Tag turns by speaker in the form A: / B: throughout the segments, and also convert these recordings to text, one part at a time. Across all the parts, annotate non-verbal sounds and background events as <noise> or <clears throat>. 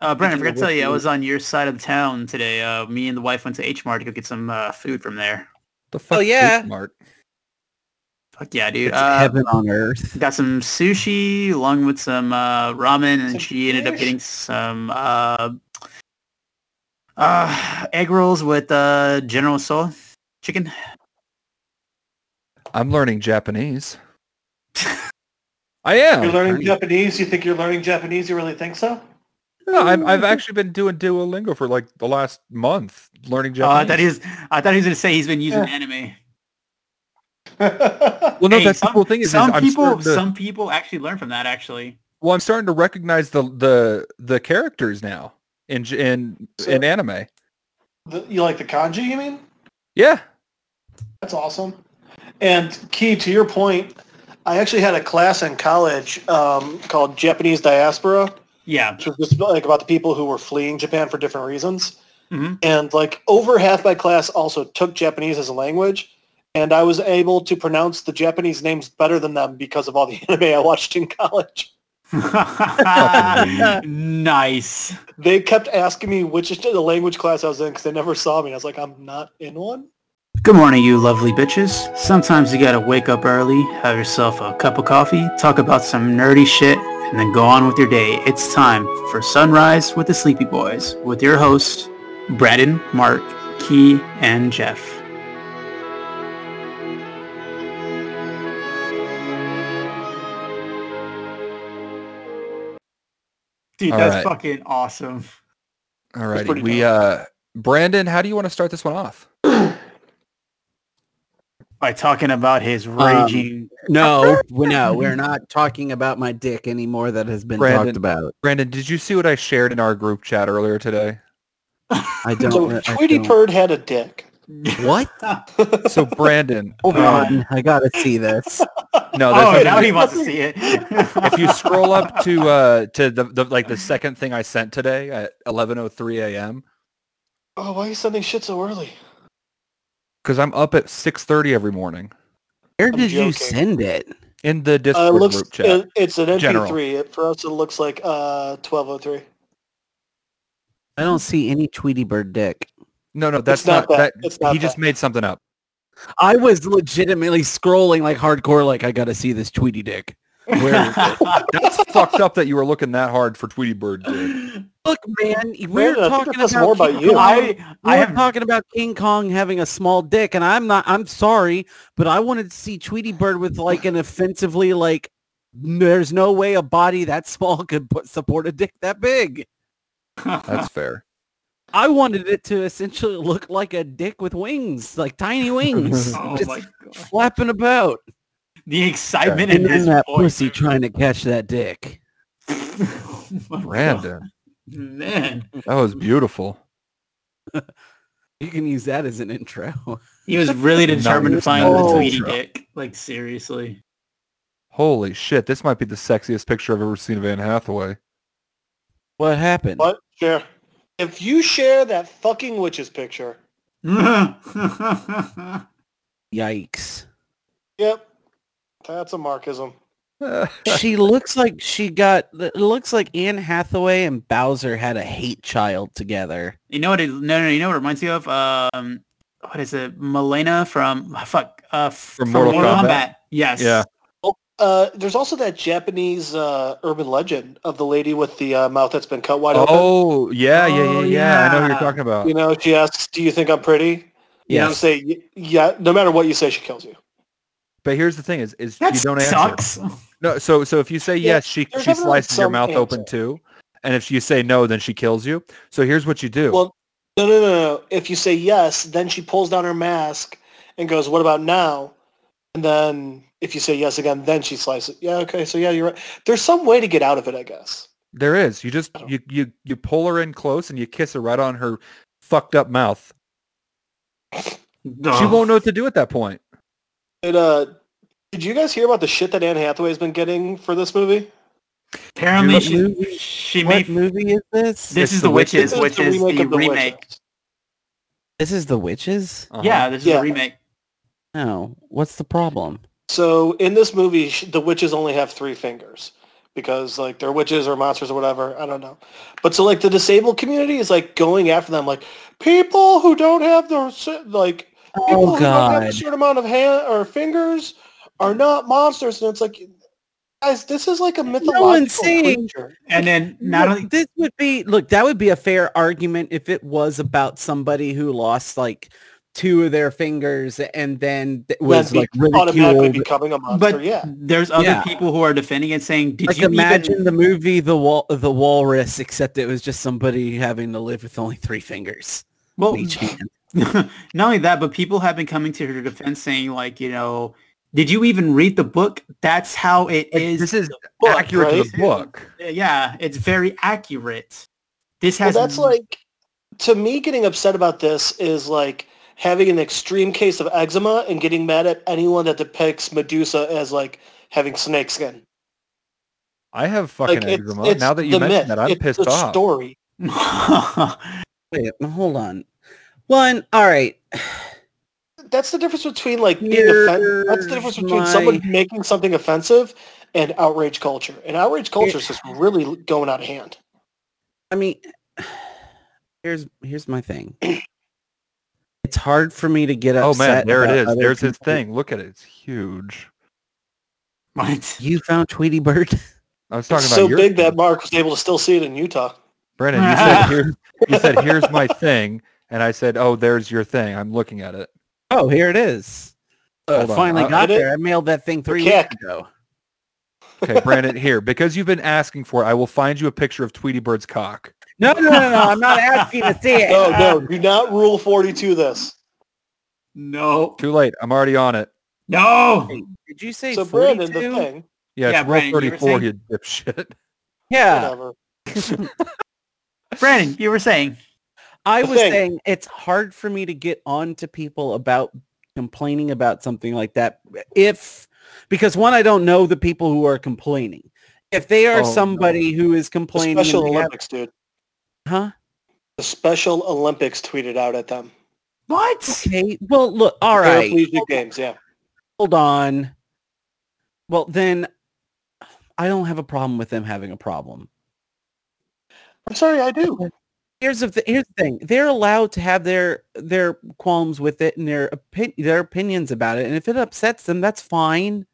A: Uh, Brennan, I forgot to tell you, I was on your side of town today. Uh, me and the wife went to H Mart to go get some uh, food from there.
B: The fuck
C: Oh, yeah.
B: H Mart.
A: Fuck yeah, dude.
B: It's
A: Uh,
B: heaven on earth.
A: got some sushi along with some uh, ramen, and
C: Some
A: she ended up
C: fish?
A: getting some uh, uh, egg rolls with uh, General Soul chicken.
B: I'm learning
C: <laughs>
B: Japanese. I am.
C: You're learning
B: Japanese.
C: Japanese. You think you're learning Japanese? You really think so? <laughs>
B: No, I've, I've actually been doing Duolingo for like the last month, learning
A: Oh, I
B: Japanese.
A: thought he was. I thought he was going to say he's been using anime.
B: well, no,
A: Hey,
B: that's
A: some,
B: the cool thing is, is
A: some
B: I'm
A: people,
B: starting to,
A: some people actually learn from that. Actually,
B: well, I'm starting to recognize the the the characters now in j- in
C: So-
B: in anime.
C: The- you like the kanji? You mean?
B: Yeah,
C: That's awesome. And Key, to your point, I actually had a class in college um, called Japanese Diaspora,
B: <laughs>
A: yeah. <laughs>
C: which was just about, like about the people who were fleeing Japan for different reasons.
A: Mhm.
C: And like over half my class also took Japanese as a language, and I was able to pronounce the Japanese names better than them because of all the <laughs> anime I watched in college.
A: nice.
C: They kept asking me which is the language class I was in because they never saw me. And I was like, I'm not in one.
A: Good morning, you lovely bitches. Sometimes you gotta wake up early, have yourself a cup of coffee, talk about some nerdy shit, and then go on with your day. It's time for Sunrise with the Sleepy Boys with your hosts, Braden, Mark, Key, and Jeff. Dude,
B: All
A: that's
B: right.
A: fucking awesome.
B: all
C: It's
B: right.
C: pretty
B: We uh, Brandon, how do you want to start this one off?
A: By talking about his raging
D: No, we- no, we're not talking about my dick anymore. That has been
B: Brandon.
D: talked about.
B: Brandon, did you see what I shared in our group chat earlier today?
D: I don't.
C: so
D: re- I
C: Tweety
D: don't-
C: Bird had a dick. <laughs>
D: What?
B: So Brandon,
D: Hold
A: Um,
D: on, I gotta see
C: <laughs>
D: this.
B: no, there's
A: Oh,
B: nothing
A: now
B: to- <laughs>
A: he wants to see it. <laughs>
B: if you scroll up to uh to the, the like the second thing I sent today at 11:03 a.m.
C: Oh, why are you sending shit so early?
B: because I'm up at 6:30 every morning
D: Where
C: I'm
D: did you
C: joking.
D: send it?
B: in the
C: Uh,
B: Discord
C: it looks,
B: group chat.
C: it- it's an MP3.
B: General.
C: It- for us, it looks like uh, 1203.
D: I don't see any Tweety Bird dick.
B: no, no, that's
C: it's not
B: not,
C: that.
B: that.
C: It's not
B: he just
C: that.
B: made something up.
D: I was legitimately scrolling like hardcore. Like I gotta see this Tweety dick. Where is
C: <laughs>
D: it?
B: That's <laughs> fucked up that you were looking that hard for Tweety Bird, dude.
D: Look, man, we
C: Brandon,
D: we're
C: I think
D: talking
C: that's
D: about
C: more about
D: King
C: you.
D: Kong.
A: I,
D: We
A: I
D: we're
A: have
D: talking about King Kong having a small dick, and I'm not. I'm sorry, but I wanted to see Tweety Bird with like an offensively like. There's no way a body that small <laughs> could put, support a dick that big.
A: <laughs>
B: That's fair.
D: I wanted it to essentially look like a dick with wings, like tiny wings,
A: <laughs> Oh
D: just
A: my god!
D: flapping about.
A: The excitement in
D: And
A: his
D: then that
A: voice.
D: pussy trying to catch that dick.
A: <laughs> Oh my God.
B: Brandon,
A: man,
B: that was beautiful.
D: You can use that as an intro. <laughs>
A: he
B: <laughs>
A: was really determined to
B: it's
A: find
C: not
A: the
C: an
A: Tweety
B: intro.
A: Dick. Like seriously, <laughs>
B: Holy shit, this might be the sexiest picture I've ever seen of Anne Hathaway.
D: What happened?
C: What? Share. If you share that fucking witch's picture,
A: I
D: Yikes.
C: yep, that's a markism.
D: she looks like she got it looks like Anne Hathaway and Bowser had a hate child together.
A: you know what? It, no, no, no, you know what it reminds me of? Um, what is it? Milena from fuck uh, from,
B: Mortal Kombat.
A: Yes.
B: Yeah.
C: Uh, there's also that Japanese uh, urban legend of the lady with the uh, mouth that's been cut wide
B: oh yeah, yeah, yeah,
A: Oh,
B: yeah. I know what
A: yeah.
B: you're talking about.
C: open. You know, she asks, "Do you think I'm pretty?" You
D: Yes.
C: say, "Y- "Yeah." No matter what you say, she kills you.
B: But here's the thing: is is
A: That
B: you don't answer.
A: sucks.
B: No, so so if you say
C: Yeah,
B: yes, she
C: there's
B: she
C: definitely
B: slices your
C: some
B: mouth open
C: answer.
B: too, and if you say no, then she kills you. So here's what you do.
C: Well, No, no, no, no. If you say yes, then she pulls down her mask and goes, "What about now?" And then if you say yes again, then she slices. Yeah, okay. So yeah, you're right. There's some way to get out of it, I guess.
B: There is. You just
C: Oh.
B: you you you pull her in close and you kiss her right on her fucked up mouth. She
A: Ugh. <laughs>
B: won't know what to do at that point.
C: Did uh, did you guys hear about the shit that Anne Hathaway's been getting for this movie?
A: Apparently,
B: What
A: she,
D: movie-
A: she
D: what
A: made
D: movie is this?
A: This
B: It's
A: is
B: The
A: the witches,
B: Witches.
A: which is the remake.
C: Witches.
D: This is The Witches?
B: Uh-huh.
A: Yeah, this is
C: Yeah.
A: a remake.
D: No. What's the problem?
C: So in this movie, sh- the witches only have three fingers, because like they're witches or monsters or whatever. I don't know. But so like the disabled community is like going after them, like people who don't have their se- like people
D: Oh
C: who don't have a
D: god.
C: certain amount of hand or fingers are not monsters, and it's like, guys, this is like a mythological
D: saying-
C: creature.
A: And then not
D: Look,
A: only
D: this would be look that would be a fair argument if it was about somebody who lost like two of their fingers and then th- was
C: Then
D: like
C: be- automatically
D: ridiculed.
C: becoming a monster.
A: but
C: yeah,
A: there's other
D: Yeah.
A: people who are defending it saying, did
D: Like
A: you
D: imagine
A: even
D: the movie The Wal- The Walrus, except it was just somebody having to live with only three fingers
A: well
D: in
A: <laughs>
D: each hand.
A: not only that, but people have been coming to her defense saying like, you know, did you even read the book? That's how it
B: Like,
A: is. Uh,
B: this is
C: book,
B: accurate to
C: right?
B: the book.
A: yeah, it's very accurate. This
C: well,
A: has
C: that's like to me getting upset about this is like having an extreme case of eczema and getting mad at anyone that depicts Medusa as like having snake skin.
B: I have fucking
C: Like it's,
B: eczema.
C: it's
B: now that
C: the
B: you mention
C: myth.
B: that, I'm
C: it's
B: pissed
C: the
B: off.
C: Story.
D: Wait, hold on. One, all right.
C: That's the difference between like being
D: Here's
C: offensive. That's the difference between
D: my-
C: someone making something offensive and outrage culture. And outrage culture is just really going out of hand.
D: I mean, here's here's my thing. It's hard for me to get
B: Oh man,
D: upset.
B: there it
D: about
B: is.
D: other
B: There's his
D: people.
B: thing. Look at it. It's huge.
A: <laughs> what?
D: You found Tweety Bird. <laughs>
B: I was talking
C: It's
B: about
C: so
B: your
C: big that Mark was able to still see it in Utah.
B: Brennan,
C: <laughs>
B: you said here you said here's my thing. And I said, Oh, there's your thing. I'm looking at it.
D: Oh, here it is. I
B: Hold on. Uh,
D: finally
B: I-
D: got
C: Did it?
D: there. I mailed that thing three
C: Kick.
D: weeks ago.
B: Okay, Brandon, here, because you've been asking for it, I will find you a picture of Tweety Bird's cock.
D: No, no, no, no. I'm not asking to see
B: <laughs>
D: it.
C: No, Oh, no, do not rule forty-two. This.
A: No.
B: Too late. I'm already on it.
A: No.
D: Wait, Did you say
C: So
D: 42?
C: Brandon, the thing.
B: Yeah,
A: Yeah,
B: it's
A: Brandon, you were
B: roll 34, you
A: saying-
B: dipshit. <laughs>
D: Yeah,
C: Whatever.
A: Brandon, you were saying.
D: I
C: The
D: was
C: thing.
D: saying it's hard for me to get on to people about complaining about something like that uh, if because one, I don't know the people who are complaining. If they are
B: Oh, no.
D: somebody who is
C: The
D: complaining, and
C: Special
D: they have-
C: Olympics, dude.
D: huh?
C: The Special Olympics tweeted out at them.
A: What?
D: Okay. Well, look. All right.
C: Paraplegic games, yeah.
D: hold on. Well, then I don't have a problem with them having a problem.
C: I'm sorry, I do.
D: Here's the th- here's the thing. They're allowed to have their their qualms with it and their opin- their opinions about it. And if it upsets them, that's fine.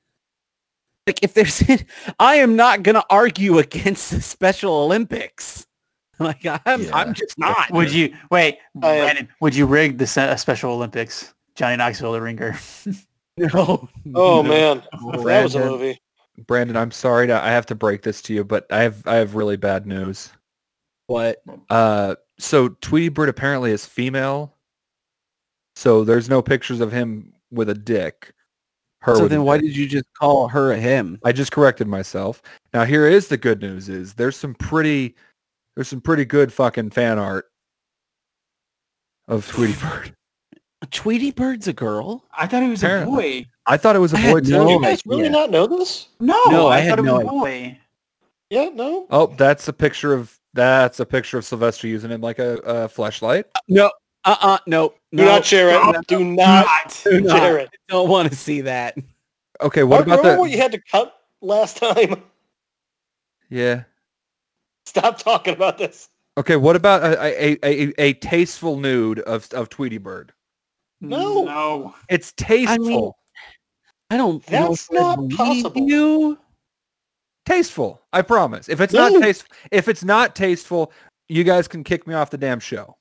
D: Like if there's <laughs> I am not going to argue against the Special Olympics. <laughs> Like I'm
B: Yeah.
D: I'm just not.
A: Would you wait,
C: I uh, am-
A: Brandon? Would you rig the se- Special Olympics? Johnny Knoxville, the ringer.
D: <laughs> No.
C: Oh man, that was a
B: Brandon.
C: movie.
B: Brandon, I'm sorry to I have to break this to you, but I have I have really bad news.
D: What?
B: Uh so Tweety Bird apparently is female. So there's no pictures of him with a dick. Her
D: So
B: with a
D: then why
B: dick.
D: did you just call her a him?
B: I just corrected myself. Now here is the good news is there's some pretty there's some pretty good fucking fan art of Tweety Bird.
D: Tweety Bird's a girl?
A: I thought he was
B: Apparently.
A: a boy.
B: I thought it was a
D: I had
B: boy
D: no
B: too.
C: You guys really
D: idea.
C: not know this?
A: No,
D: No,
A: I,
D: I had
A: thought
D: no
A: it was a boy.
C: Yeah, no.
B: Oh, that's a picture of that's a picture of Sylvester using it like a, a flashlight.
D: No. Uh-uh. No. No.
C: Do not share it. Do not
A: Not.
D: Do not.
C: share it.
D: don't want to see that.
B: Okay, what
C: Mark,
B: about
C: remember what
B: that?
C: you had to cut last <laughs> time?
B: Yeah.
C: Stop talking about this.
B: Okay, what about a a, a, a- a tasteful nude of of Tweety Bird?
A: <laughs>
C: No.
A: No.
B: It's tasteful.
D: I don't. know
C: That's
D: if I
C: not
D: believe
C: possible.
D: You.
B: tasteful. I promise. If it's
C: No.
B: not tasteful, if it's not tasteful, you guys can kick me off the damn show.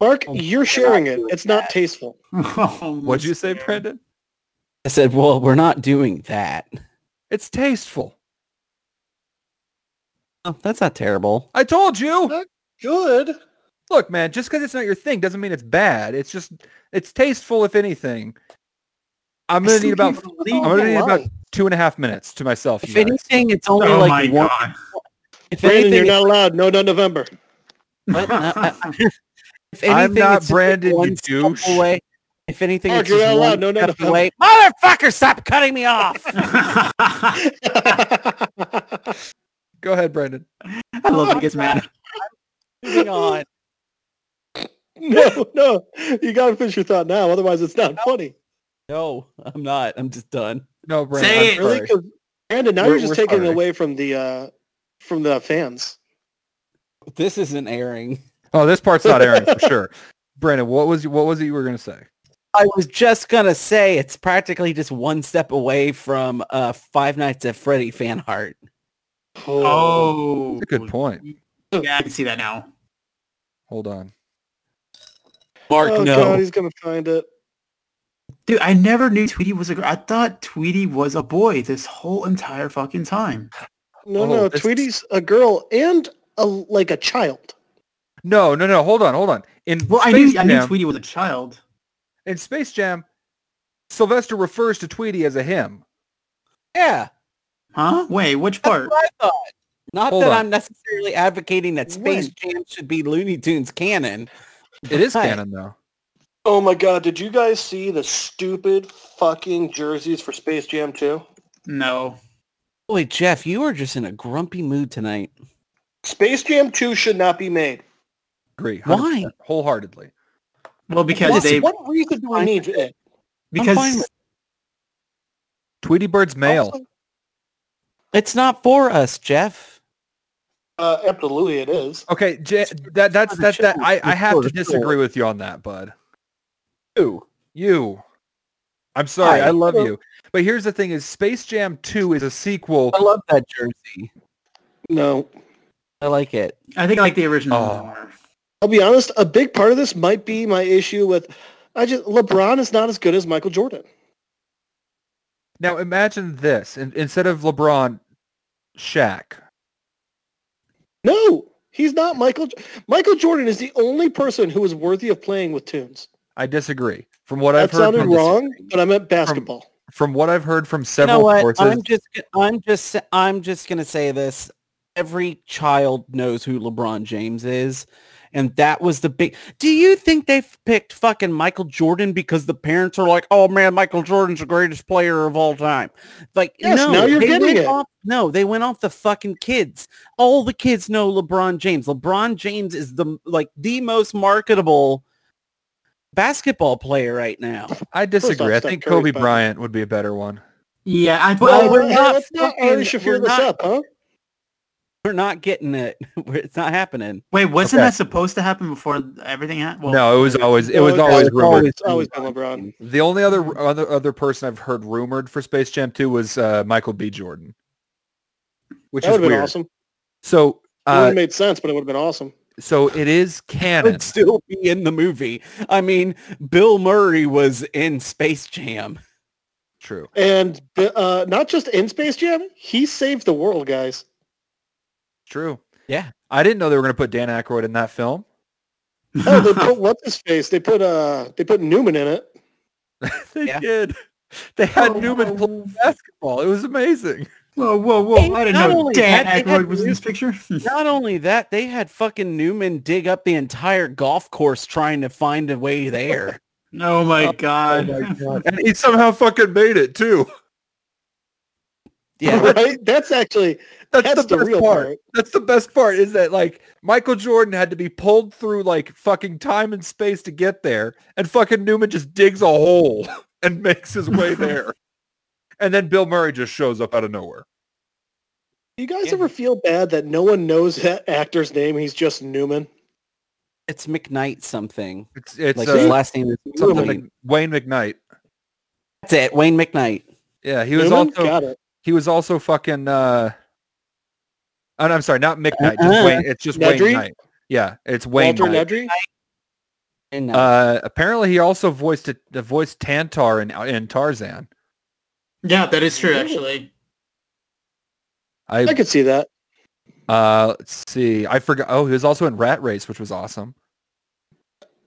C: Mark,
D: Oh,
C: you're sharing it.
D: doing
C: It's not tasteful.
A: Oh,
B: What'd you say, Brandon?
D: I said, well, we're not doing that.
B: It's tasteful.
D: Oh, that's not terrible.
B: I told you.
C: Good.
B: Look, man, just because it's not your thing doesn't mean it's bad. It's just it's tasteful, if anything. I'm gonna need about I'm
A: Oh
B: gonna need about
C: lying.
B: two and a half minutes to myself.
D: If
B: you guys.
D: anything, it's only
A: my
D: like one.
A: god.
D: If
C: Brandon, you're
D: anything,
C: not allowed. No, no, November.
D: What? No, I- I- if
B: I'm
D: anything,
B: not
D: it's just
B: Brandon, you
D: one step
B: douche.
D: Away. If anything,
C: Mark,
D: it's
C: you're
D: just
C: not
D: one
C: allowed. No, no,
D: step
C: no.
D: away. Motherfucker, stop cutting me off.
A: <laughs> I
B: Go ahead, Brandon.
A: love when he gets mad.
D: Moving on.
C: <laughs> no, no. You got to finish your thought now. Otherwise, it's not funny.
D: No, I'm not. I'm just done.
B: No, Brandon.
A: Say
B: I'm
A: it.
B: sorry.
C: Really? 'Cause Brandon, now
B: We're-
C: you're just
B: we're
C: taking
B: sorry.
C: away from the uh, from the fans.
D: This isn't airing.
B: Oh, this part's not airing for sure. Brandon, what was what was it you were gonna say?
D: I was just gonna say it's practically just one step away from uh, Five Nights at Freddy fan art.
A: Oh,
B: That's a good point.
A: Yeah, I can see that now.
B: Hold on.
D: Mark,
C: Oh,
D: no.
C: God, he's gonna find it.
A: Dude, I never knew Tweety was a girl. I thought Tweety was a boy this whole entire fucking time.
C: No,
B: Oh,
C: no,
B: this-
C: Tweety's a girl and a like a child.
B: No, no, no. Hold on, hold on. In
A: Well, I
B: Space
A: knew I knew
B: Jam-
A: Tweety was a child.
B: in Space Jam, Sylvester refers to Tweety as a him.
D: Yeah,
A: Huh? Wait, which
D: that's
A: part?
D: what I thought. Not
B: Hold
D: that
B: on.
D: I'm necessarily advocating that Space Jam should be Looney Tunes canon.
B: It is
D: Right.
B: canon though.
C: Oh my god, did you guys see the stupid fucking jerseys for Space Jam 2?
A: No.
D: Holy Jeff, you are just in a grumpy mood tonight.
C: Space Jam 2 should not be made.
B: Agree.
D: Why?
B: 100%, Wholeheartedly.
A: Well, because
C: What-
A: they
C: what reason do we need it?
D: fine
A: because
D: with-
B: Tweety Bird's male.
C: Also-
D: It's not for us, Jeff.
C: Uh, absolutely it is.
B: Okay, J- that that's
D: the
B: that that I,
D: children
B: I have to
D: sure, sure.
B: disagree with you on that, bud.
D: Who?
B: You. I'm sorry,
D: Hi.
B: I love you. But here's the thing is Space Jam 2 is a sequel.
D: I love that jersey.
C: No.
D: I like it.
A: I think I like the original
B: Oh.
A: more.
C: I'll be honest, a big part of this might be my issue with I just LeBron is not as good as Michael Jordan.
B: Now imagine this. In, instead of LeBron, Shaq.
C: No, he's not Michael J- Michael Jordan is the only person who is worthy of playing with tunes.
B: I disagree. From what
C: That
B: I've heard
C: sounded
B: from, this-
C: wrong, but I meant basketball.
B: from what I've heard from
D: You know
B: several
D: what?
B: sources,
D: I'm just, I'm just, I'm just gonna say this. Every child knows who LeBron James is, and that was the big. Do you think they f- picked fucking Michael Jordan because the parents are like, "Oh man, Michael Jordan's the greatest player of all time"? Like,
C: Yes,
D: no,
C: now you're
D: they
C: getting
D: went
C: it.
D: off. No, they went off the fucking kids. All the kids know LeBron James. LeBron James is the like the most marketable basketball player right now.
B: I
C: off,
B: disagree. I
C: Steph
B: think
C: Curry's
B: Kobe
C: better.
B: Bryant would be a better one.
A: Yeah, I,
D: Well,
A: I-
D: we're not
C: let's not
D: fucking-
C: Ari Shaffir
D: we're
C: this
D: not-
C: up, huh?
D: We're not getting it. <laughs> We're- It's not happening.
A: wait, wasn't
B: Okay.
A: that supposed to happen before everything happened? Well,
B: no, it was always it
C: No,
B: was
C: it's
B: always
C: always-
B: rumored.
C: It's always been LeBron.
B: The only other other other person I've heard rumored for Space Jam 2 was uh, Michael B. Jordan, which is
C: That would have
B: weird.
C: been awesome.
B: So,
C: It would
B: uh,
C: have made sense, but it would have been awesome.
B: so it is canon.
D: Would still be in the movie. I mean, Bill Murray was in Space Jam.
B: True.
C: And uh, not just in Space Jam, he saved the world, guys.
B: <laughs> True.
D: Yeah.
B: I didn't know they were going to put Dan Aykroyd in that film.
C: Oh, they put what's his face? They put uh, they put Newman in it.
B: they
D: Yeah.
B: did. <laughs> They had Newman play
A: Whoa,
B: basketball. It was amazing.
A: whoa, whoa! whoa. I didn't
D: Not
A: know
D: only
A: Dan
D: that, they had
A: Aykroyd was in this picture. <laughs>
D: Not only that, they had fucking Newman dig up the entire golf course trying to find a way there.
A: oh my god!
B: and he somehow fucking made it too.
D: Yeah.
C: <laughs> right? That's actually
B: That's,
C: That's
B: the,
C: the
B: best
C: real
B: part.
C: part.
B: That's the best part is that like Michael Jordan had to be pulled through like fucking time and space to get there, and fucking Newman just digs a hole <laughs> and makes his
C: <laughs>
B: way there. And then Bill Murray just shows up out of nowhere.
C: you guys
D: Yeah.
C: ever feel bad that no one knows that actor's name? He's just Newman.
D: It's McKnight something.
B: It's it's
D: Like
B: uh,
D: his last name is
B: something
D: Newman.
B: Mc- Wayne McKnight.
D: That's it. Wayne McKnight.
B: Yeah, he was
C: Newman?
B: also
C: got it.
B: he was also fucking. uh and I'm sorry, not McKnight.
D: Uh-uh.
B: Just Wayne. It's just
C: Uh-huh. Nedry?
B: Wayne Knight. Yeah, it's Wayne.
C: Walter
B: Knight.
C: Nedry.
D: And, uh,
B: Uh, apparently, he also voiced a, the voiced Tantar in, in Tarzan.
A: yeah, that is true. Actually,
C: I
B: I
C: could see that.
B: uh, let's see. I forgot. Oh, he was also in Rat Race, which was awesome.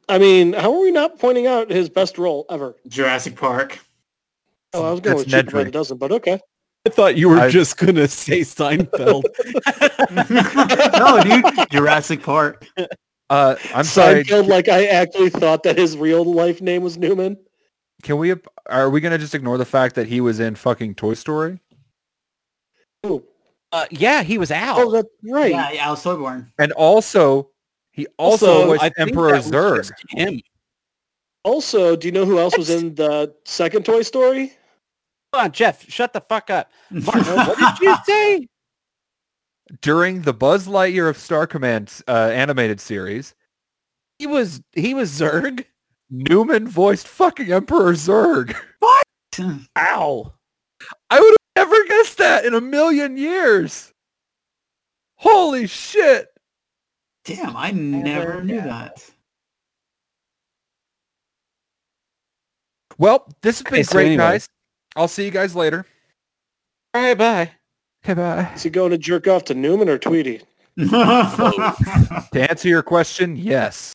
C: I mean, how are we not pointing out his best role ever?
A: Jurassic
D: <laughs>
A: Park.
C: Oh, I was going
B: That's
C: with Cheaper by
B: Nedry.
C: the Dozen, but okay.
D: I thought you
B: I-
D: just going to say Seinfeld.
A: no, dude, Jurassic Park.
B: Uh, I'm sorry.
C: Seinfeld, like I actually thought that his real life name was Newman.
B: Can we? Are we gonna just ignore the fact that he was in fucking Toy Story
C: Oh,
D: <laughs> uh, yeah, he was out.
C: oh that's right.
A: Yeah, yeah, Alice Toyborn.
B: and also he also, voiced
D: I think
B: Emperor
D: that was
B: Zurg.
D: just Him.
C: Also, do you know who else was in the second Toy Story?
D: Come on, Jeff, shut the fuck up. Mark, what did you say?
B: During the Buzz Lightyear of Star Command uh, animated series,
D: He was he was Zerg.
B: Newman voiced fucking Emperor Zurg.
A: <laughs>
D: Ow.
B: I would have never guessed that in a million years. Holy shit.
A: Damn, I never knew that.
B: Well, this has been
D: Okay, so
B: great,
D: anyway.
B: guys. I'll see you guys later.
D: All right, bye.
B: Okay, bye.
C: Is he going to jerk off to Newman or Tweety?
B: To answer your question, yes.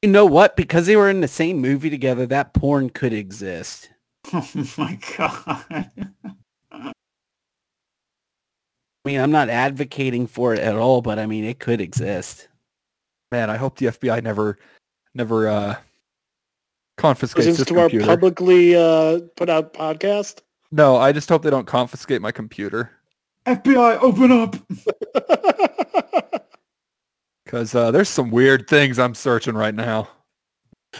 D: You know what? Because they were in the same movie together, that porn could exist.
A: <laughs> oh my god. <laughs>
D: I mean, I'm not advocating for it at all, but I mean, it could exist.
B: Man, I hope the FBI never, never, uh, confiscates
C: Listens
B: this
C: to our
B: computer.
C: publicly uh, put out podcast.
B: no, I just hope they don't confiscate my computer
A: FBI, open up.
B: because uh, there's some weird things I'm searching right now.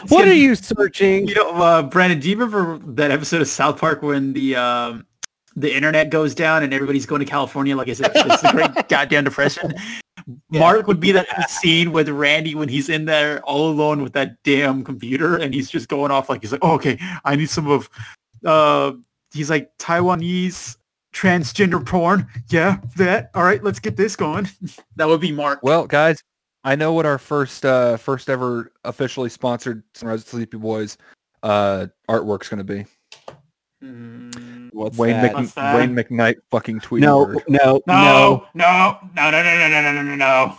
D: what
A: gonna-
D: are you searching?
A: You know, uh, Brandon, do you remember that episode of South Park when the um, the internet goes down and everybody's going to California like it's, it's the <laughs> great goddamn depression? Mark would be that scene with Randy when he's in there all alone with that damn computer and he's just going off like he's like, oh, okay, I need some of, uh, he's like Taiwanese transgender porn. Yeah, that. All right, let's get this going. <laughs> That would be Mark.
B: Well, guys, I know what our first, uh, first ever officially sponsored Sunrise Sleepy Boys uh, artwork's going to be.
A: Mm.
D: What's
B: Wayne,
D: that?
B: Mc-
A: What's that?
B: Wayne McKnight fucking tweeted.
D: no, no, no,
A: No, no, no, no, no, no, no, no, no, no, no.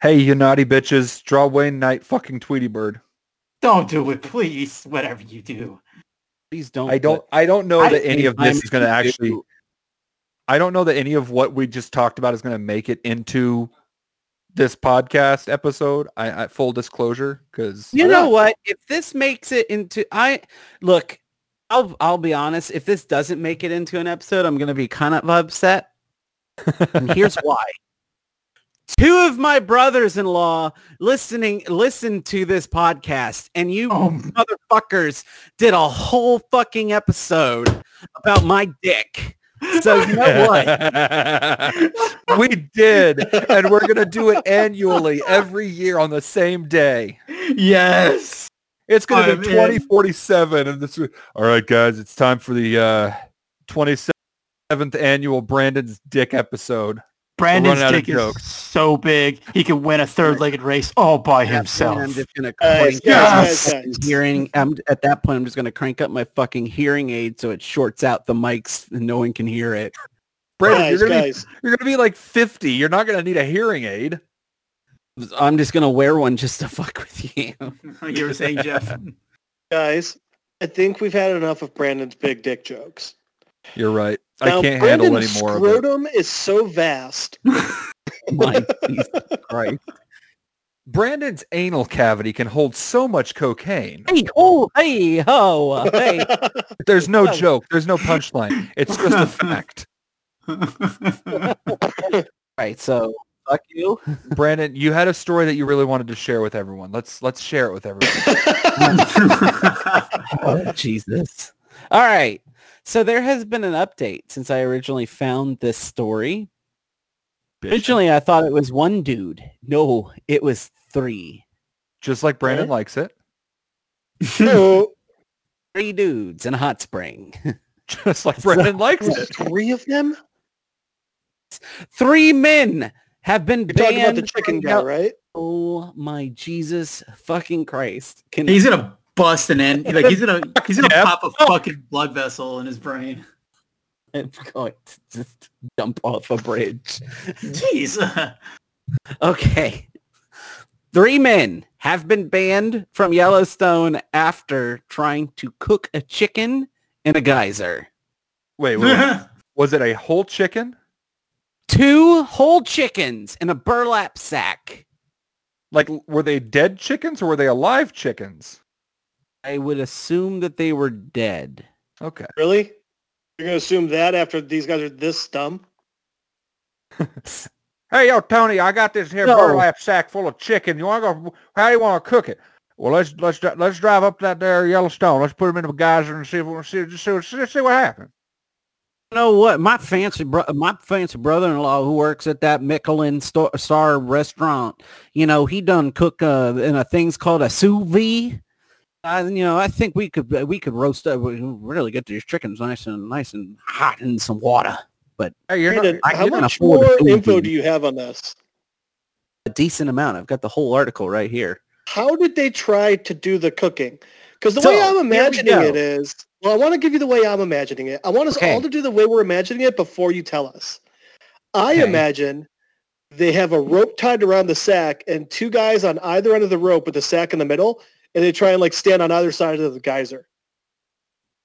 B: Hey, you naughty bitches, draw Wayne Knight fucking Tweety Bird.
A: Don't do it, please. Whatever you do.
D: Please don't.
B: I don't
D: put
B: I don't know
A: I
B: that any of this
D: time
B: is going to
D: into-
B: actually I don't know that any of what we just talked about is going to make it into this podcast episode. I, I full disclosure cuz
D: You know what? If this makes it into I look, I'll I'll be honest. If this doesn't make it into an episode, I'm gonna be kind of upset. And
B: <laughs>
D: here's why. Two of my brothers-in-law listening listened to this podcast, and you
A: Oh,
D: motherfuckers did a whole fucking episode about my dick. So you
B: <laughs>
D: know what?
B: what? we did and we're going to do it annually every year on the same day.
A: yes.
B: It's going to
A: I'm
B: be
A: in.
B: 2047 and this All right guys, it's time for the uh 27th annual Brandon's Dick episode.
A: Brandon's
B: running out of
A: dick is
B: jokes.
A: so big, he could win a third-legged race all by himself.
D: And I'm just gonna
C: Guys,
D: crank
A: guys,
D: up my
C: guys, guys.
D: hearing. I'm, at that point, I'm just gonna crank up my fucking hearing aid so it shorts out the mics and no one can hear it.
B: Brandon, you're going to
C: guys,
B: be
C: guys,
B: You're gonna be like 50. You're not gonna need a hearing aid.
D: I'm just gonna wear one just to fuck with <laughs> you.
A: <laughs> you were saying, Jeff?
C: guys, I think we've had enough of Brandon's big dick jokes.
B: You're right.
C: Now,
B: I can't handle
C: Brandon's
B: any more of it.
C: scrotum is
B: <laughs>
C: so vast.
D: My Jesus Christ.
B: Brandon's anal cavity can hold so much cocaine.
D: Hey ho, hey ho, hey.
B: There's no
D: Whoa.
B: joke. There's no punchline. It's just a fact.
D: Right, so fuck you.
B: Brandon, you had a story that you really wanted to share with everyone. Let's let's share it with everyone.
D: Oh, <laughs> Jesus. All right. So there has been an update since I originally found this story. Originally, I thought it was one dude. No, it was three.
B: Just like Brandon likes it. <laughs>
D: Hmm.
C: So,
D: Three dudes in a hot spring. <laughs>
B: Just like Brandon likes
C: there's
B: it.
C: three of them?
D: Three men have been
C: You're
D: banned.
C: talking about the chicken
D: from
C: guy,
D: out-
C: right?
D: Oh my Jesus fucking Christ.
A: <laughs>
D: Can
A: he's gonna bust an end. Like he's gonna, he's gonna
B: Jeff.
A: pop a fucking blood vessel in his brain.
D: <laughs> I'm going to just jump off a bridge.
A: Jeez.
D: Okay. Three men have been banned from Yellowstone after trying to cook a chicken in a geyser.
A: <laughs>
B: Wait, wait,
A: Uh,
B: wait. Was it a whole chicken?
D: Two whole chickens in a burlap sack.
B: Like were they dead chickens or were they alive chickens?
D: I would assume that they were dead.
B: Okay.
C: Really? You're going to assume that after these guys are this dumb?
B: Hey, yo, Tony, I got this here
D: No.
B: burlap sack full of chicken. You want to go? How do you want to cook it? Well, let's let's dri- let's drive up that there Yellowstone. Let's put him in a geyser and see if we see just see, see, see what happens.
D: You know what? My fancy, bro- my fancy brother-in-law who works at that Michelin sto- Star restaurant, you know, he done cook uh, in a thing's called a sous vide. I, you know, I think we could uh, we could roast up. We could really get these chickens nice and nice and hot in some water.
B: Hey, you're
C: Brandon,
B: not,
D: I
C: how
D: can
C: much
D: afford
C: more
D: food,
C: info
D: dude.
C: do you have on this?
D: A decent amount. I've got the whole article right here.
C: How did they try to do the cooking? Because the
D: So,
C: way I'm
D: here we
C: imagining
D: go.
C: it is, well, I want to give you the way I'm imagining it. I want us
D: Okay.
C: all to do the way we're imagining it before you tell us. I
D: Okay.
C: imagine they have a rope tied around the sack and two guys on either end of the rope with the sack in the middle, and they try and like stand on either side of the
D: <laughs>
C: geyser. <laughs>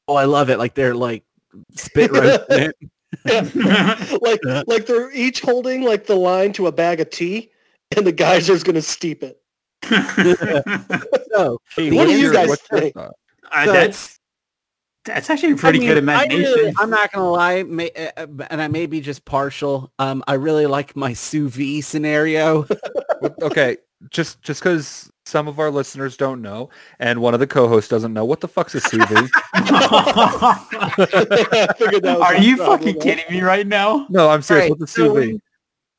D: Oh, I love it. Like they're like spit right. there.
C: <laughs> Like
B: Uh-huh.
C: like they're each holding like the line to a bag of tea, and the geyser's gonna steep it.
D: <laughs> So,
B: Hey,
D: the
C: what do you
D: answer-
C: guys
B: what's your
C: think?
B: thought?
A: Uh,
D: So-
A: that's that's actually a pretty
D: I mean,
A: good
D: I
A: imagination.
D: really- I'm not gonna lie, may, uh, uh, and I may be just partial. Um, I really like my sous vide scenario.
B: Well, okay, just just because some of our listeners don't know, and one of the co-hosts doesn't know, what the fuck's a sous vide?
C: I figured that was
A: <laughs> Are
C: a
A: you <laughs>
C: problem.
A: fucking kidding me right now?
B: no, I'm serious.
D: Right,
B: What's a sous vide?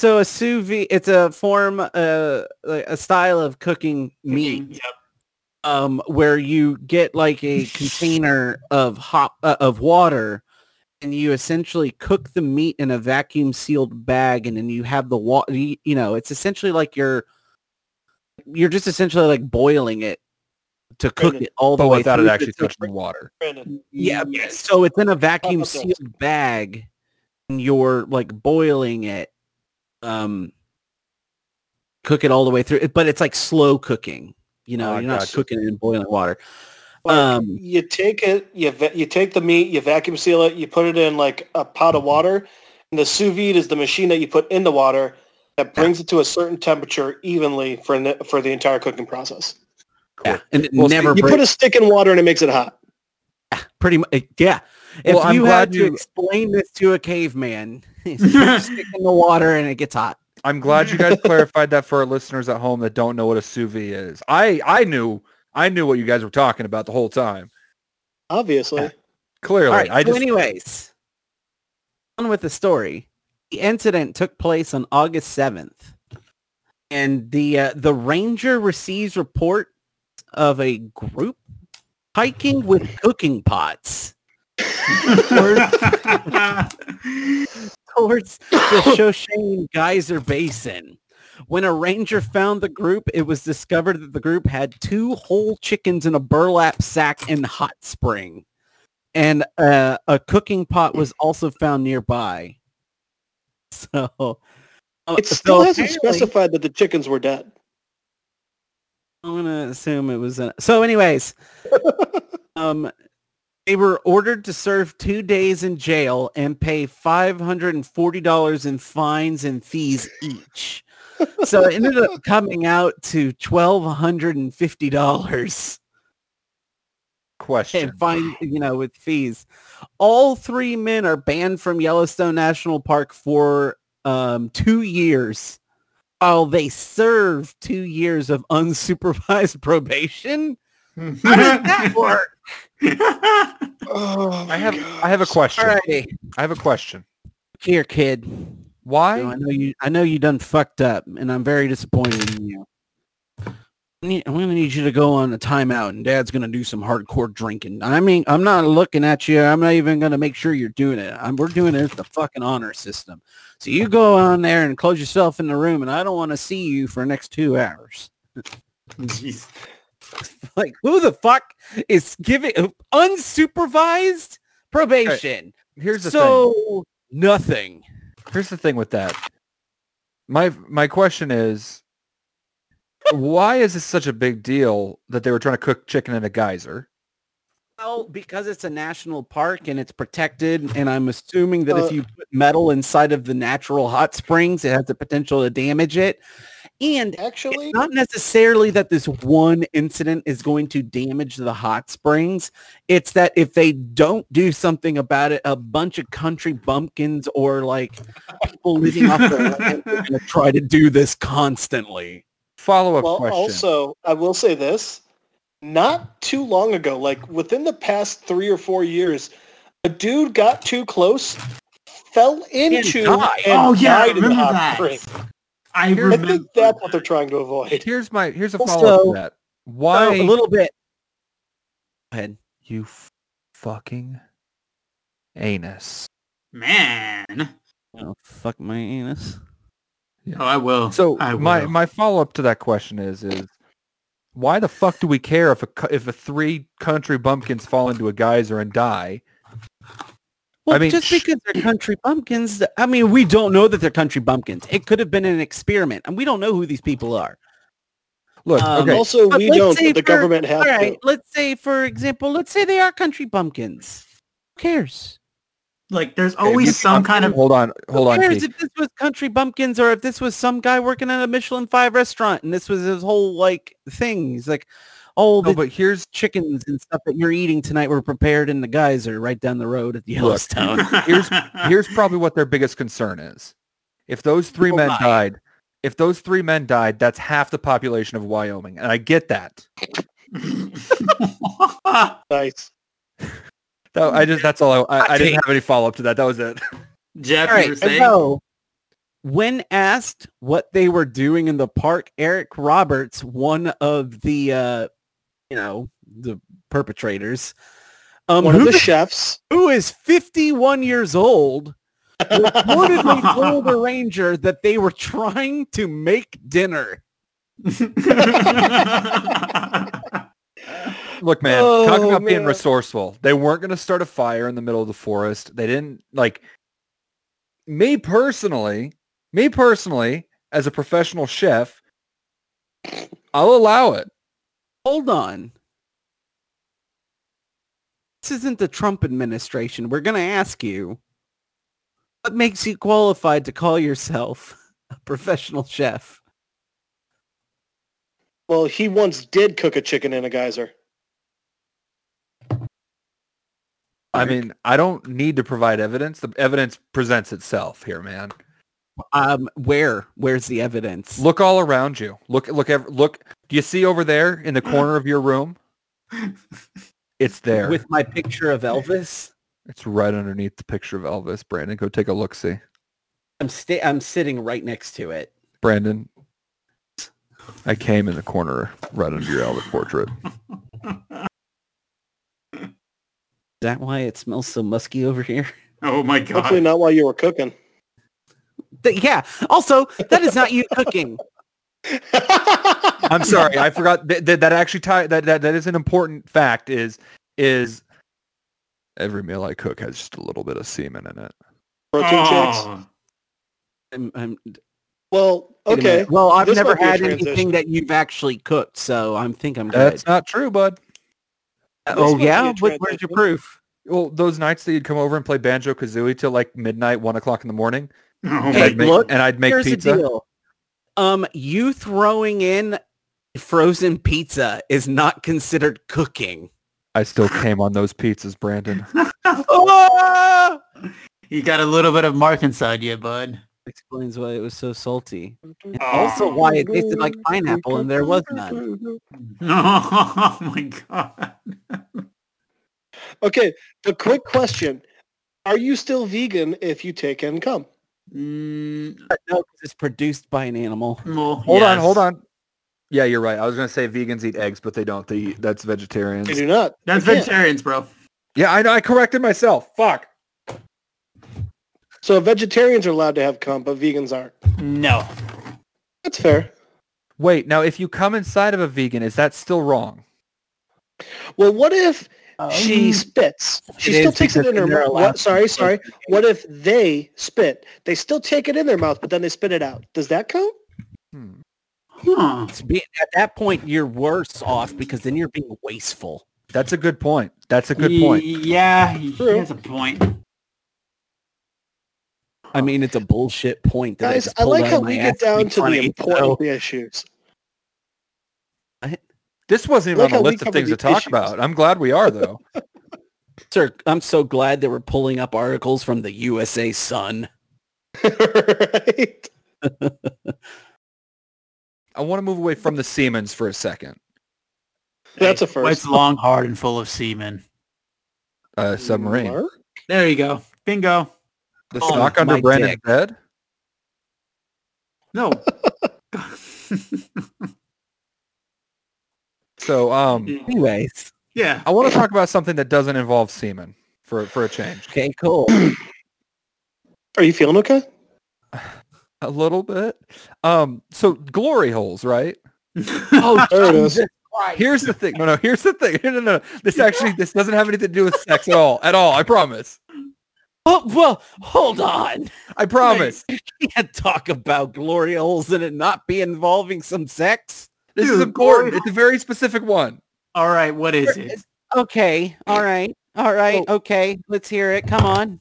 D: So a sous vide, it's a form, uh, like a style of cooking meat,
A: Yep.
D: um, where you get like a container of hot uh, of water, and you essentially cook the meat in a vacuum sealed bag, and then you have the water. You, you know, it's essentially like you're you're just essentially like boiling it to cook
C: Brandon.
D: it all the
B: But
D: way
B: without
D: through
B: it
D: to-
B: actually
D: to-
B: touching the water.
C: Brandon.
D: Yeah.
B: Mm.
A: Yes.
D: So it's in a vacuum
C: about those?
D: sealed bag and you're like boiling it. Um cook it all the way through. But it's like slow cooking. You know,
B: Oh, I
D: you're not
B: gotcha.
D: cooking it in boiling water.
C: Like,
D: um
C: you take it, you va- you take the meat, you vacuum seal it, you put it in like a pot of water, and the sous vide is the machine that you put in the water that brings it to a certain temperature evenly for an, for the entire cooking process.
D: yeah, and it
B: Well, see,
D: never
C: You
D: breaks
C: put a stick in water and it makes it hot.
D: pretty much yeah. If
B: Well, I'm
D: you had
B: glad
D: to
B: you-
D: explain this to
B: <laughs>
D: a caveman, <laughs> you stick in the water and it gets hot.
B: I'm glad you
D: <laughs>
B: guys clarified that for our listeners at home that don't know what a sous vide is. I I knew I knew what you guys were talking about the whole time. <laughs>
C: Obviously,
B: Clearly,
D: All right.
B: I
D: so
B: just
D: anyways, on with the story. The incident took place on August seventh, and the uh, the ranger receives report of a group hiking with cooking pots
C: <coughs>
D: towards the Shoshone Geyser Basin. When a ranger found the group, it was discovered that the group had two whole chickens in a burlap sack in the hot spring. And uh, a cooking pot was also found nearby. <laughs> So uh,
C: it
D: so
C: still hasn't
D: apparently-
C: specified that the chickens were dead.
D: I'm gonna assume it was. A, so, anyways, um, they were ordered to serve two days in jail and pay five hundred and forty dollars in fines and fees each. So it ended up coming out to twelve hundred and fifty dollars
B: question.
D: and fine, you know, with fees. All three men are banned from Yellowstone National Park for um, two years while they serve two years of unsupervised <laughs> probation. How <laughs> does that work?
C: Oh,
B: I have I have a question.
D: Alrighty.
B: I have a question.
D: Here, kid. So I
B: Why
D: know you I know you done fucked up and I'm very disappointed in you. I need- I'm gonna need you to go on a timeout and dad's gonna do some hardcore drinking. I mean, I'm not looking at you. I'm not even gonna make sure you're doing it. I'm, we're doing it at the fucking honor system. So you go on there and close yourself in the room and I don't wanna see you for the next two hours. <laughs>
A: Jeez.
D: Like who the fuck is giving unsupervised probation?
B: here's the thing.
D: so nothing.
B: Here's the thing with that. My my question is why is this such a big deal that they were trying to cook chicken in a geyser?
D: Well, because it's a national park and it's protected, and I'm assuming that
C: Uh,
D: if you put metal inside of the natural hot springs, it has the potential to damage it. And
C: Actually,
D: it's not necessarily that this one incident is going to damage the hot springs. It's that if they don't do something about it, a bunch of country bumpkins or like people living off the land are going to try to do this constantly.
B: Follow up
C: well,
B: question.
C: also I will say this: not too long ago, like within the past three or four years, a dude got too close, fell into
D: died.
C: and
A: Oh, yeah, I
C: died in the
A: remember
C: hot
A: that.
C: spring.
A: I
C: I
A: remember.
C: think that's what they're trying to avoid.
B: Here's my here's a
D: Also-
B: follow up to that. Why
D: Oh, a little bit. Go ahead.
B: you f- fucking anus?
A: Man.
D: Oh, fuck my anus.
A: Oh, I will.
B: So
A: I will.
B: my my follow up to that question is is why the fuck do we care if a cu- if a three country bumpkins fall into a geyser and die?
D: Well,
B: I mean,
D: just
B: sh-
D: because they're country bumpkins, I mean, we don't know that they're country bumpkins. It could have been an experiment, and we don't know who these people are.
B: Look,
D: Um,
B: okay,
C: Also,
D: But
C: we
D: let's
C: don't,
D: say
C: but the
D: for-
C: government has
D: All right,
C: to.
D: let's say, for example, let's say they are country bumpkins. Who cares?
A: like, there's
B: okay,
A: always
B: we-
A: some kind of.
B: hold on, hold on.
D: Who cares
B: Keith.
D: if this was country bumpkins or if this was some guy working at a Michelin Five restaurant and this was his whole like thing? He's like, oh,
B: No,
D: the
B: but here's
D: chickens and stuff that you're eating tonight were prepared in the geyser right down the road at the
B: Look, <laughs>
D: Yellowstone.
B: here's
A: Ah.
B: here's probably what their biggest concern is. If those three
D: People
B: men
D: die.
B: died, if those three men died, that's half the population of Wyoming, and I get that.
C: Nice.
B: No, I just that's all I, I, I didn't
A: take.
B: have any follow up to that. That was it.
A: <laughs>
B: <laughs>
A: Jeff,
D: All
A: you were
D: right.
A: saying?
D: So when asked what they were doing in the park, Eric Roberts, one of the, uh, you know, the perpetrators, um,
C: One of
D: who,
C: the chefs.
D: who is 51 years old,
C: <laughs>
D: reportedly told a ranger that they were trying to make dinner.
B: Look, man,
C: Oh,
B: talk about being
C: man.
B: resourceful. They weren't going to start a fire in the middle of the forest. They didn't like me personally. Me personally, as a professional chef, I'll allow it.
D: Hold on. This isn't the Trump administration. We're going to ask you what makes you qualified to call yourself a professional chef?
C: Well, he once did cook a chicken in a geyser.
B: I mean, I don't need to provide evidence. The evidence presents itself here, man.
D: Um, where? Where's the evidence?
B: Look all around you. Look, look, ev- look. Do you see over there in the corner of your room? It's there.
D: with my picture of Elvis.
B: it's right underneath the picture of Elvis. Brandon, go take a look. See,
D: I'm sta- I'm sitting right next to it.
B: Brandon. I came in the corner right under your Elvis portrait.
D: Is that why it smells so musky over here?
A: <laughs> oh my
C: Hopefully
A: god.
C: not while you
A: <laughs>
C: were cooking.
D: Th- yeah. Also, that is not you <laughs> cooking.
B: I'm sorry, I forgot that that, that actually tie that, that that is an important fact. Is is every meal I cook has just a little bit of semen in it.
C: Protein checks.
A: Oh,
D: I'm, I'm, wait
C: Well,
D: a
C: okay.
D: minute. Well, I've
C: This
D: never
C: might be a
D: had
C: transition.
D: anything that you've actually cooked, so I am think I'm good.
B: That's not true, bud.
C: This
D: oh
C: might be
D: yeah.
C: a
D: What, where's your
C: transition.
D: proof?
B: Well, those nights that you'd come over and play banjo kazooie till like midnight, one o'clock in the morning,
A: oh
B: and,
A: my
D: Hey,
B: I'd, make,
D: look,
B: and I'd make
D: Here's the
B: pizza.
D: deal. Um, you throwing in frozen pizza is not considered cooking.
B: I still came on those pizzas,
D: <laughs>
B: Brandon.
D: Ah!
A: <laughs> You got a little bit of mark inside you, bud.
D: explains why it was so salty. And
A: Oh. <laughs>
D: also why it tasted like pineapple and there was none.
A: Oh my god.
C: Okay, a quick question. Are you still vegan if you take in cum?
A: Mm,
D: But no, 'cause it's produced by an animal.
A: well,
B: Hold on,
A: yes.
B: hold on. Yeah, you're right. I was gonna say vegans eat eggs, but they don't. They eat, that's vegetarians.
C: I do not.
A: That's
C: Again.
A: vegetarians, bro.
B: Yeah, I know. I corrected myself. Fuck.
C: So vegetarians are allowed to have cum, but vegans aren't.
A: No.
C: That's fair.
B: Wait, now if you come inside of a vegan, is that still wrong?
C: Well, what if
A: Oh.
C: she spits? She
D: Um, It
C: still
D: is
C: takes it
D: because
C: in her
D: they're
C: mouth.
D: allowed
C: What, sorry,
D: to-
C: sorry. What if they spit? They still take it in their mouth, but then they spit it out. Does that count?
B: Hmm.
A: Huh.
D: It's be- at that point, you're worse off because then you're being wasteful.
B: That's a good point. That's a good point.
A: Yeah, he
C: True.
A: has a point.
D: I mean, it's a bullshit point. That
C: Guys,
D: just
C: I
D: pulled
C: like
D: out
C: how
D: of my
C: we
D: ass
C: get
D: to be
C: down to the
D: funny,
C: important
D: so-
C: issues. <laughs>
B: This wasn't even on
C: Look how
B: the
C: we
B: list of
C: covered
B: things to
C: these
B: talk
C: issues.
B: about. I'm glad we are
D: <laughs>
B: though.
D: Sir, I'm so glad that we're pulling up articles from the USA Sun.
C: right?
B: I want to move away from the Siemens for a second.
C: That's a
A: White's
C: first.
A: long, hard, and full of semen.
B: Uh, submarine.
C: Mark?
A: There you go. Bingo.
B: The
D: Oh,
B: sock
D: my
B: under Brandon's
D: dick.
B: bed. <laughs>
A: No.
B: So um,
D: Anyways,
A: yeah.
B: I want to talk about something that doesn't involve semen for for a change.
D: okay, <clears throat> cool.
C: Are you feeling okay?
B: A little bit. Um, so glory holes, right?
A: <laughs>
D: Oh,
C: There it is.
D: Jesus Christ.
B: Here's the thing. No, no. Here's the thing. <laughs> No, no, no. This actually this doesn't have anything to do with sex at all. At all. I promise.
D: Oh, well, hold on.
B: I promise.
D: You <laughs> can't talk about glory holes and it not be involving some sex.
B: This is
A: Dude,
B: important.
A: glory-
B: It's a very specific one.
A: All right. What is it?
D: Okay, all right, all right,
B: Oh.
D: okay. Let's hear it.
B: <laughs>
D: Come on.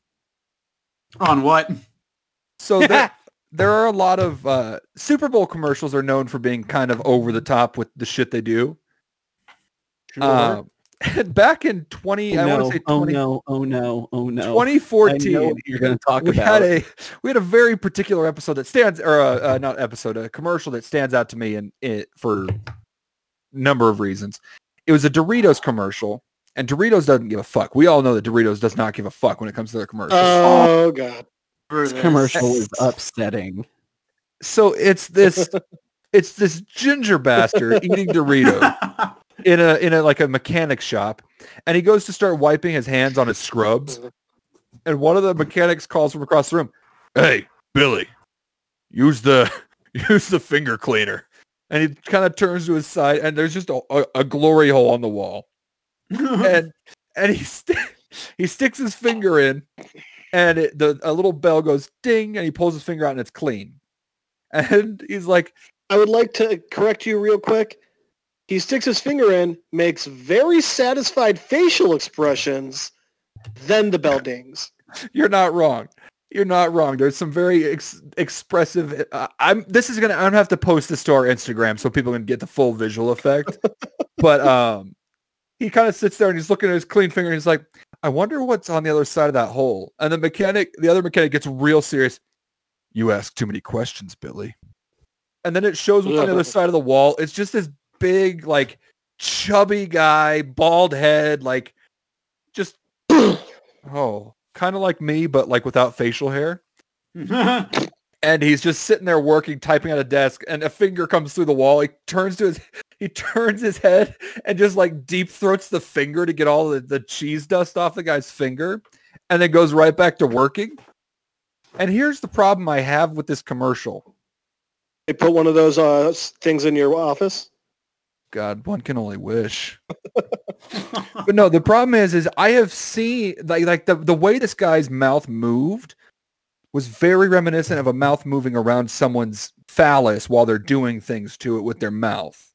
A: On what? <laughs>
B: So
D: <laughs>
B: there, there are a lot of uh, Super Bowl commercials are known for being kind of over the top with the shit they do. Uh, and <laughs> back in 20, I want to say
D: oh
B: 20,
D: no, oh no, oh no. I know
B: 2014,
D: what you're going to talk
B: we
D: about.
B: had a we had a very particular episode that stands, or uh, uh, not episode, a commercial that stands out to me and it for number of reasons. It was a Doritos commercial, and Doritos doesn't give a fuck. We all know that Doritos does not give a fuck when it comes to their commercials.
C: Oh god.
A: For
D: this
A: this. <laughs>
D: commercial is upsetting.
B: So it's this, it's this ginger bastard eating Doritos.
A: <laughs>
B: in a in a like a mechanic shop and he goes to start wiping his hands on his scrubs and one of the mechanics calls from across the room hey billy use the <laughs> use the finger cleaner and he kind of turns to his side and there's just a, a, a glory hole on the wall and and he st- he sticks his finger in and it, the a little bell goes ding and he pulls his finger out and it's clean and he's like
C: I would like to correct you real quick. He sticks his finger in, makes very satisfied facial expressions, then the bell dings.
B: You're not wrong. You're not wrong. There's some very ex- expressive. Uh, I'm. This is gonna. I'm gonna have to post this to our Instagram so people can get the full visual effect. but um, he kind of sits there and he's looking at his clean finger. and He's like, I wonder what's on the other side of that hole. And the mechanic, the other mechanic, gets real serious. You ask too many questions, Billy. And then it shows what's on the other side of the wall. It's just this big, like, chubby guy, bald head, like, just oh, kind of like me, but like without facial hair. And he's just sitting there working, typing at a desk, and a finger comes through the wall. He turns to his, <laughs> he turns his head and just like deep throats the finger to get all the, the cheese dust off the guy's finger, and then goes right back to working. And here's the problem I have with this commercial.
C: They put one of those uh, s- things in your office.
B: God, one can only
C: <laughs>
B: wish. But no, the problem is, is I have seen like like the the way this guy's mouth moved was very reminiscent of a mouth moving around someone's phallus while they're doing things to it with their mouth.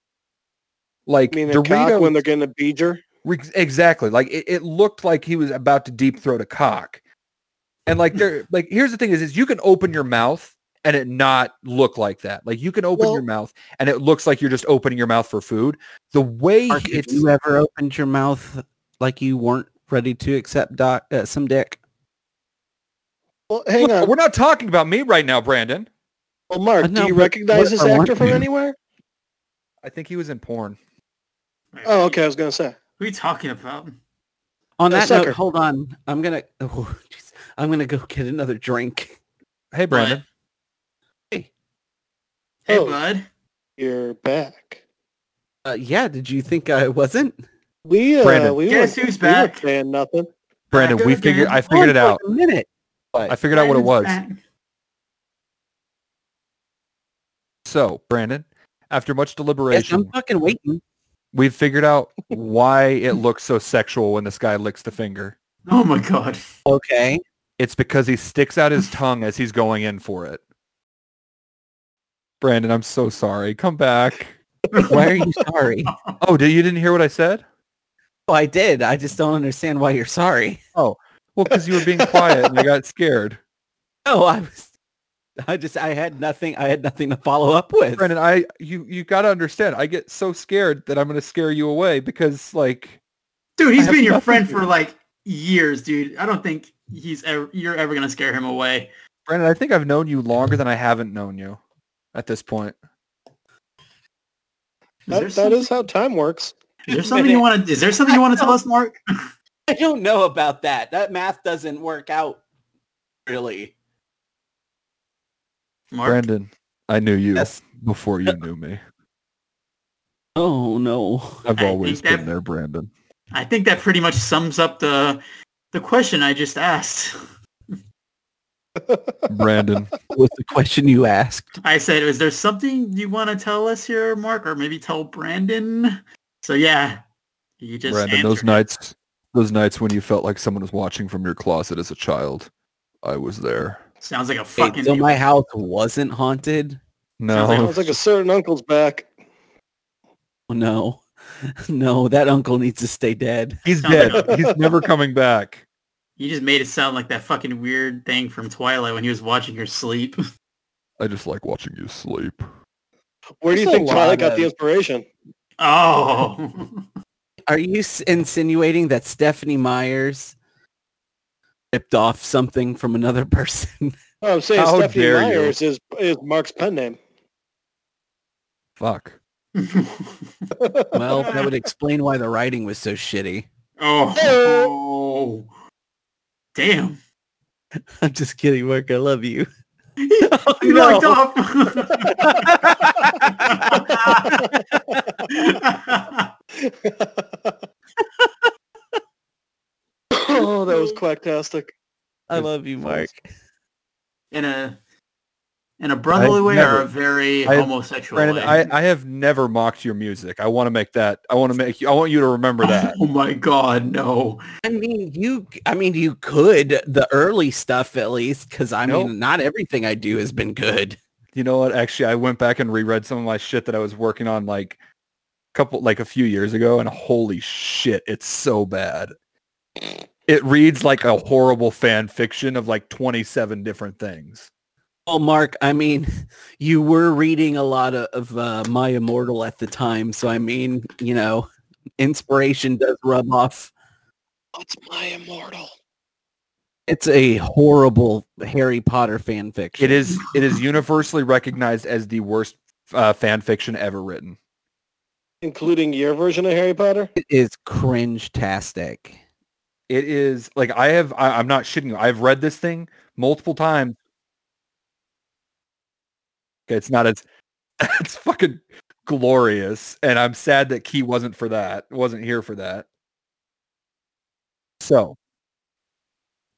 B: Like
C: I mean, a cock
B: Dorito,
C: when they're getting a beager.
B: re- exactly. Like it, it looked like he was about to deep throat a cock, and like there, like here's the thing: is is you can open your mouth and it not look like that. Like you can open
C: Well-
B: your mouth and it looks like you're just opening your mouth for food. The way
D: Mark, have
B: it's
D: you ever opened your mouth like you weren't ready to accept doc, uh, some dick?
C: Well, hang on.
B: We're not talking about me right now, Brandon.
C: Well, Mark,
D: Uh, no,
C: do you
D: but
C: recognize
D: what
C: this
D: I want
C: actor from
D: to-
C: anywhere?
B: I think he was in porn.
C: Oh, okay. I was gonna say.
A: What are you talking about?
D: On
C: A
D: that
C: sucker.
D: note, hold on. I'm gonna. <laughs> Oh, jeez. I'm gonna go get another drink.
B: Hey, Brandon.
A: Hey. Hey,
C: Oh.
A: bud.
C: You're back.
D: Uh, yeah, did you think I wasn't?
C: We uh,
B: Brandon.
C: we
A: Guess
C: weren't-
A: who's
C: we weren't
A: back?
C: saying nothing.
B: Brandon,
A: Back
B: we
A: again.
B: figured. I figured it
D: Hold
B: out.
D: on A minute.
B: I figured out what it was.
A: Brandon's
B: So, Brandon, after much
D: Yes, I'm
B: deliberation,
D: fucking waiting.
B: we've figured out why it looks so sexual when this guy licks the finger.
A: back. Oh my god.
D: Okay.
B: It's because he sticks out his tongue as he's going in for it. Brandon, I'm so sorry. Come back.
D: Why are you <laughs> sorry?
B: Oh, did you didn't hear what I said?
D: Oh, I did. I just don't understand why you're sorry. <laughs>
B: Well, because you were being quiet and I
A: <laughs>
B: got scared.
D: No, I was. I just. I had nothing. I had nothing to follow up with.
B: Brandon, I you you got to understand. I get so scared that I'm going to scare you away because like
A: Dude,
B: I
A: he's
B: have
A: been your
B: nothing
A: friend
B: to-
A: for like years, dude. I don't think he's ever you're ever gonna scare him away.
B: Brandon, I think I've known you longer than I haven't known you at this point.
A: there
C: That, that is how time works.
A: Is there something you want to? Is there something you want to tell us, Mark?
D: I don't know about that. That math doesn't work out really.
A: Mark,
B: Brandon, I knew you
D: Yes.
A: <laughs>
B: before you knew me.
D: Oh no.
B: I've
A: I
B: always
A: think
B: been
A: that-
B: there, Brandon.
A: I think that pretty much sums up the the question I just asked. <laughs>
B: Brandon,
D: What's the question you <laughs> asked?
A: I said, "Is there something you want to tell us here, Mark, or maybe tell Brandon?" So yeah, you just
B: Brandon, those
A: answered it.
B: nights, those nights when you felt like someone was watching from your closet as a child, I was there.
A: sounds like a
D: Wait,
A: fucking.
D: so my house wasn't haunted?
B: No,
A: like-
C: Sounds like a certain uncle's back.
D: Oh, no. <laughs> No, that uncle needs to stay dead.
B: <laughs> he's
A: Sounds
B: dead.
A: like <laughs>
B: he's never coming back.
A: you just made it sound like that fucking weird thing from Twilight when he was watching her sleep. <laughs>
B: I just like watching you sleep.
C: Where do you
D: That's a
C: think Twilight
D: lot
C: got the
D: of-
C: inspiration?
A: Oh, <laughs>
D: Are you s- insinuating that Stephanie Myers ripped off something from another <laughs> person?
C: Oh, I'm saying
B: How
C: Stephanie
B: dare you.
C: Myers is is Mark's
B: <clears throat>
C: pen name.
B: Fuck.
D: well, that <laughs> would explain why the writing was so shitty. <laughs>
A: <laughs> oh,
B: <laughs>
A: damn!
D: I'm just kidding, Mark. I love you.
A: He he
D: no.
A: locked off.
C: oh, that was quacktastic.
D: I love you, Mark.
A: <laughs> in a in a brotherly
B: I've
A: way
B: never-
A: or a very
B: I-
A: homosexual
B: Brandon,
A: way.
B: I, I have never mocked your music. I want to make that. I want to make you. I want you
A: <laughs>
B: to remember that.
A: Oh my god, no.
D: I mean, you. I mean, you could the early stuff at least, because I
B: Nope.
D: mean, not everything I do has been good.
B: You know what? Actually, I went back and reread some of my shit that I was working on like a couple, like a few years ago, and holy shit, it's so bad. It reads like a horrible fan fiction of like 27 different things.
D: Well, Mark, I mean, <laughs> you were reading a lot of, of uh, My Immortal at the time, so I mean, you know, inspiration does rub off.
C: What's my immortal?
D: It's a horrible Harry Potter fan
B: It
D: fiction.
B: is it is universally recognized as the worst uh, fan fiction ever written.
C: Including your version of Harry Potter?
D: It is cringe-tastic.
B: It is like I have. I, I'm not shitting you. I've read this thing multiple times. Okay, it's not. It's <laughs> it's fucking glorious, and I'm sad that Key wasn't for that. Wasn't here for that. So,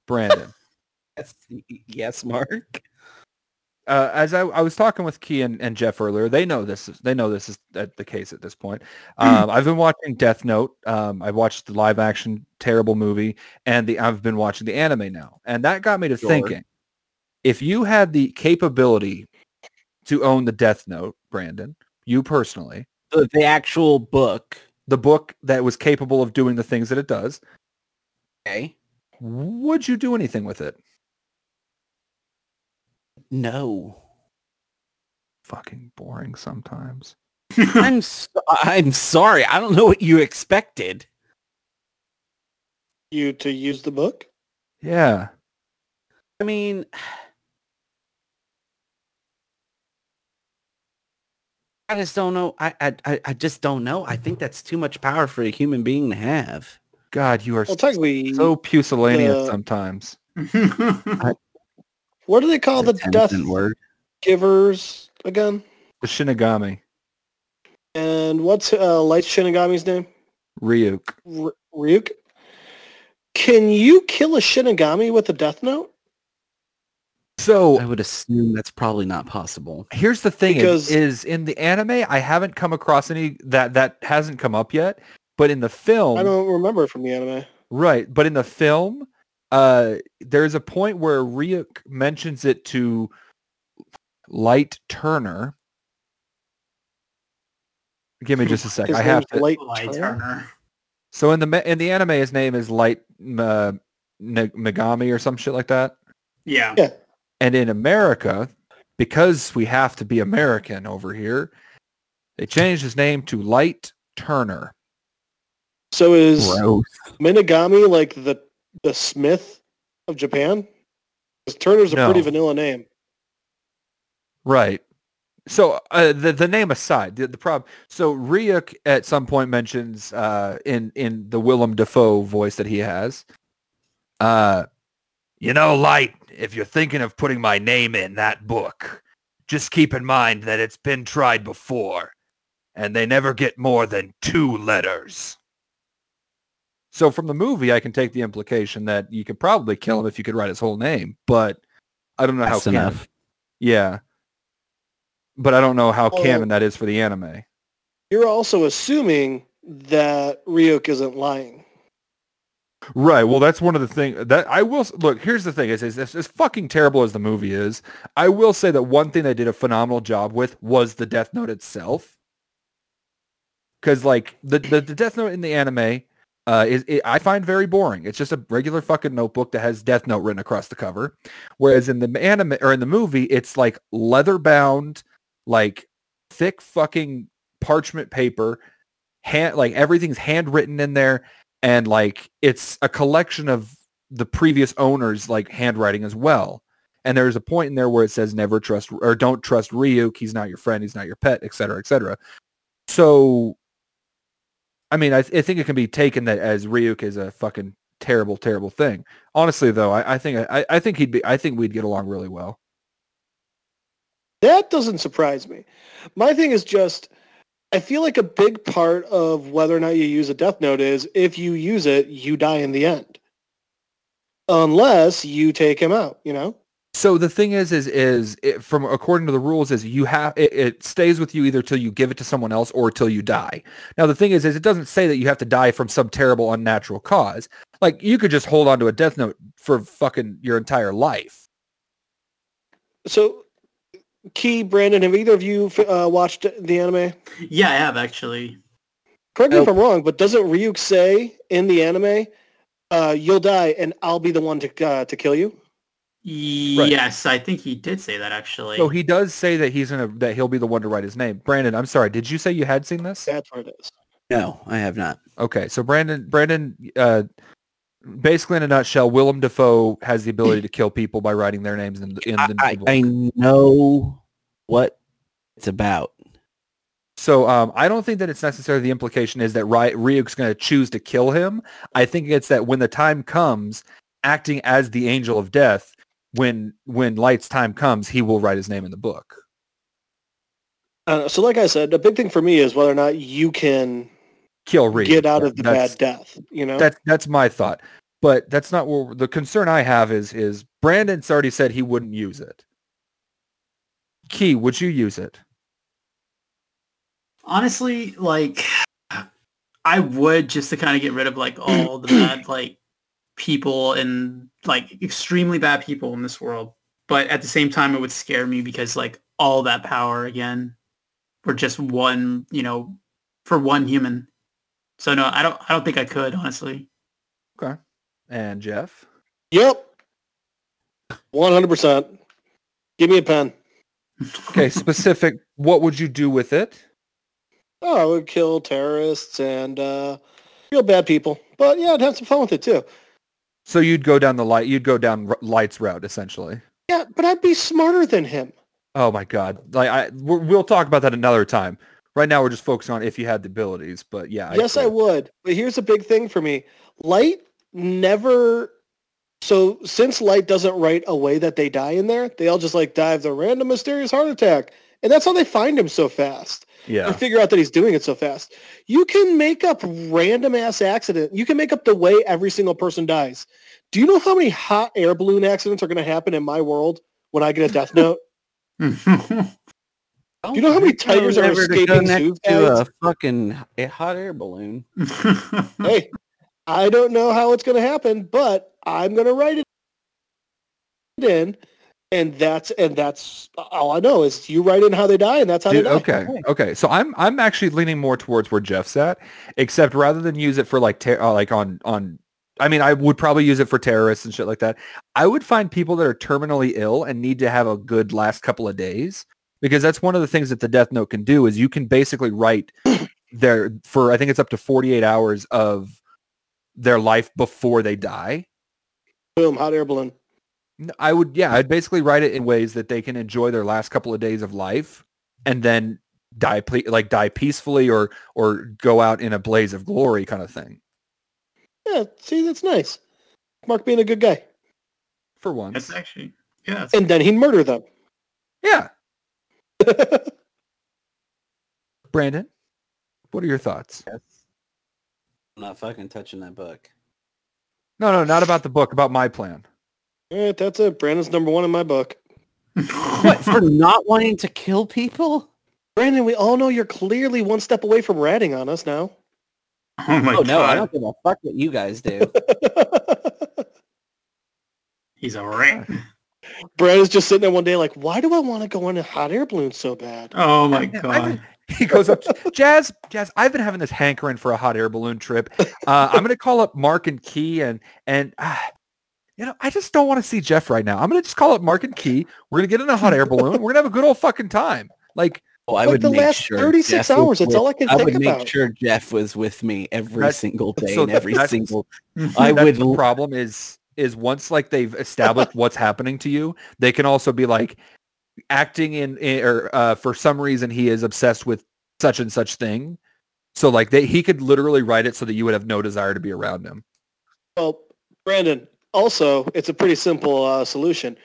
B: Brandon,
D: Yes, yes, Mark.
B: uh, as I, I was talking with Key and, and Jeff earlier, they know this. Is, they know this is at the case at this point.
C: Hmm.
B: Um, I've been watching Death Note. Um, I watched the live action terrible movie, and the I've been watching the anime now, and that got me to
D: Sure.
B: thinking: if you had the capability to own the Death Note, Brandon, you personally,
D: The, the actual book.
B: the book that was capable of doing the things that it does,
D: Okay.
B: would you do anything with it?
D: No,
B: Fucking boring sometimes.
D: I'm so- I'm sorry. I don't know what you expected.
C: You to use the book?
B: Yeah.
D: I mean, <sighs> I just don't know. I, I I- I just don't know. I think that's too much power for a human being to have.
B: God, you are
C: Well, technically,
B: so pusillanimous
C: the-
B: sometimes.
C: what do they call the
D: That's an
C: death
D: innocent word.
C: givers again?
B: The Shinigami,
C: And what's uh, Light Shinigami's name?
B: Ryuk.
C: R- Ryuk? Can you kill a Shinigami with a Death Note?
B: So
D: I would assume that's probably not possible.
B: here's the thing
C: Because-
B: is, is in the anime I haven't come across any that that hasn't come up yet, but in the film
C: I don't remember from the anime.
B: right, but in the film uh there's a point where Ryuk mentions it to Light Turner. Give me just a sec.
C: His
B: I have
C: name's
B: to.
C: Light
A: Light
C: Turner?
A: Turner.
B: So in the ma- in the anime his name is Light uh, N- Megami or some shit like that.
A: Yeah.
B: And in America, because we have to be American over here, they changed his name to Light Turner.
C: So is
D: Gross.
C: Minagami like the the Smith of Japan? 'Cause Turner's a
B: No.
C: pretty vanilla name.
B: Right. So uh, the the name aside, the, the problem. So Ryuk at some point mentions uh, in in the Willem Dafoe voice that he has, uh, you know, light. If you're thinking of putting my name in that book, just keep in mind that it's been tried before, and they never get more than two letters. So from the movie, I can take the implication that you could probably kill him if you could write his whole name, but I don't know
D: That's
B: how. canon-
D: enough.
B: yeah. But I don't know how
C: Oh.
B: canon that is for the anime.
C: You're also assuming that Ryuk isn't lying.
B: Right. Well, that's one of the thing that I will s- look. Here's the thing: is, is as, as fucking terrible as the movie is, I will say that one thing they did a phenomenal job with was the Death Note itself. Because like the, the the Death Note in the anime uh, is it, I find very boring. It's just a regular fucking notebook that has Death Note written across the cover, whereas in the anime or in the movie, it's like leather bound, like thick fucking parchment paper, hand like everything's handwritten in there and like it's a collection of the previous owner's like handwriting as well. And there's a point in there where it says never trust or don't trust Ryuk. He's not your friend. He's not your pet, et cetera, et cetera. So, I mean, I, I think it can be taken that as Ryuk is a fucking terrible, terrible thing. Honestly, though, I, I think I, I think he'd be. I think we'd get along really well.
C: That doesn't surprise me. My thing is just, I feel like a big part of whether or not you use a death note is if you use it, you die in the end. Unless you take him out, you know?
B: So the thing is, is is it, from according to the rules, is you have it, it stays with you either till you give it to someone else or till you die. Now the thing is, is it doesn't say that you have to die from some terrible unnatural cause. Like you could just hold on to a death note for fucking your entire life.
C: So, Key, Brandon, have either of you uh, watched the anime?
A: Yeah, I have actually.
C: Correct me if I'm wrong, but doesn't Ryuk say in the anime, uh, you'll die and I'll be the one to, uh, to kill you?
A: Yes, I think he did say that actually.
B: So he does say that he's gonna that he'll be the one to write his name. Brandon, I'm sorry, did you say you had seen this?
C: That's what it is.
D: No, I have not.
B: Okay, so Brandon, Brandon, uh, basically in a nutshell, Willem Dafoe has the ability to kill people by writing their names in the in
D: I,
B: the.
D: I,
B: book.
D: I know what it's about.
B: So um, I don't think that it's necessarily the implication is that Ry- Ryuk's going to choose to kill him. I think it's that when the time comes, acting as the angel of death, when when Light's time comes, he will write his name in the book.
C: Uh, so, like I said, the big thing for me is whether or not you can
B: Kill Ryuk.
C: get out of the
B: That's-
C: bad death. You know,
B: That's that's my thought. But that's not where the concern I have is. Is Brandon's already said he wouldn't use it. Key, would you use it?
A: Honestly, like I would just to kind of get rid of like
D: <clears throat>
A: all the bad like people and like extremely bad people in this world. But at the same time it would scare me because like all that power again for just one, you know, for one human. So no, I don't I don't think I could, honestly.
B: And Jeff,
C: yep, one hundred percent. Give me a pen. <laughs>
A: <laughs>
B: okay, specific. what would you do with it?
C: Oh, I would kill terrorists and uh, real bad people. But yeah, I'd have some fun with it too.
B: So you'd go down the light. You'd go down r- lights route essentially.
C: Yeah, but I'd be smarter than him.
B: Oh my god! Like I, we're, we'll talk about that another time. Right now, we're just focusing on if you had the abilities. But yeah,
C: yes, I
B: agree.
C: would. But here's a big thing for me: light never. So since light doesn't write a way that they die in there, they all just like die of the random mysterious heart attack, and that's how they find him so fast. or
B: Yeah,
C: figure out that he's doing it so fast. You can make up random ass accident. You can make up the way every single person dies. Do you know how many hot air balloon accidents are going to happen in my world when I get a death note?
D: Do
C: you know how many tigers are escaping zoo
D: to a
C: guides?
D: fucking h- hot air balloon? Hmm.
C: hey, I don't know how it's going to happen, but I'm going to write it in, and that's and that's all I know is you write in how they die, and that's how
B: Dude,
C: they die.
B: okay, okay. So I'm I'm actually leaning more towards where Jeff's at, except rather than use it for like ter- uh, like on on. I mean, I would probably use it for terrorists and shit like that. I would find people that are terminally ill and need to have a good last couple of days because that's one of the things that the Death Note can do is you can basically write their for I think it's up to 48 hours of their life before they die.
C: Boom, hot air balloon.
B: N- I would, yeah, I'd basically write it in ways that they can enjoy their last couple of days of life and then die ple- like die peacefully or or go out in a blaze of glory kind of thing
C: Yeah, see, that's nice. Mark being a good guy.
B: for once.
A: That's actually yeah. <laughs> That's,
C: And then he'd murder them. <laughs>
B: Yeah, Brandon, what are your thoughts?
D: I'm not fucking touching that book.
B: No, no, not about the book, about my plan. <laughs>
C: All right, that's it. Brandon's number one in my book.
D: What, for not wanting to kill people?
C: Brandon, we all know you're clearly one step away from ratting on us now. <laughs>
A: oh my
D: oh, no, I
A: god,
D: don't give a fuck what you guys <laughs> do.
A: he's a rat.
C: Brandon's just sitting there one day like, why do I want to go in a hot air balloon so bad?
A: Oh my
B: I've
A: god. <laughs>
B: been- He goes up, to- Jazz, Jazz, I've been having this hankering for a hot air balloon trip. Uh, I'm going to call up Mark and Key and, and, ah, you know, I just don't want to see Jeff right now. I'm going to just call up Mark and Key. We're going to get in a hot air balloon. We're going to have a good old fucking time. Like,
D: Oh, I
C: Like
D: would
C: the
D: make
C: last
D: sure
C: 36
D: Jeff was
C: hours, that's
D: with-
C: all I can
D: I
C: think
D: would make
C: about.
D: sure Jeff was with me every
B: That's-
D: single day
B: so
D: and every
B: that's-
D: single. I
B: that's
D: would.
B: the problem is is once like they've established what's happening to you, they can also be like acting in, in- or uh, for some reason he is obsessed with such and such thing. So like they, he could literally write it so that you would have no desire to be around him.
C: Well, Brandon, also, it's a pretty simple uh, solution.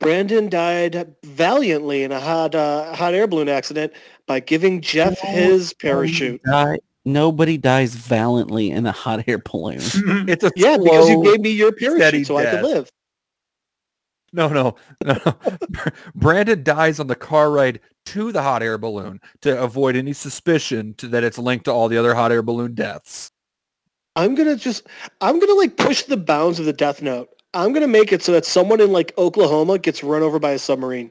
C: Brandon died valiantly in a hot, uh, hot air balloon accident by giving Jeff
D: Oh,
C: his parachute.
D: Die- Nobody dies valiantly in a hot air balloon.
B: It's a
C: Yeah, because you
B: slow-
C: gave me your
B: steady
C: parachute so I
B: death.
C: could live.
B: no no no. <laughs> Brandon dies on the car ride to the hot air balloon to avoid any suspicion to, that it's linked to all the other hot air balloon deaths.
C: I'm gonna just I'm gonna like push the bounds of the Death Note. I'm gonna make it so that someone in like Oklahoma gets run over by a submarine.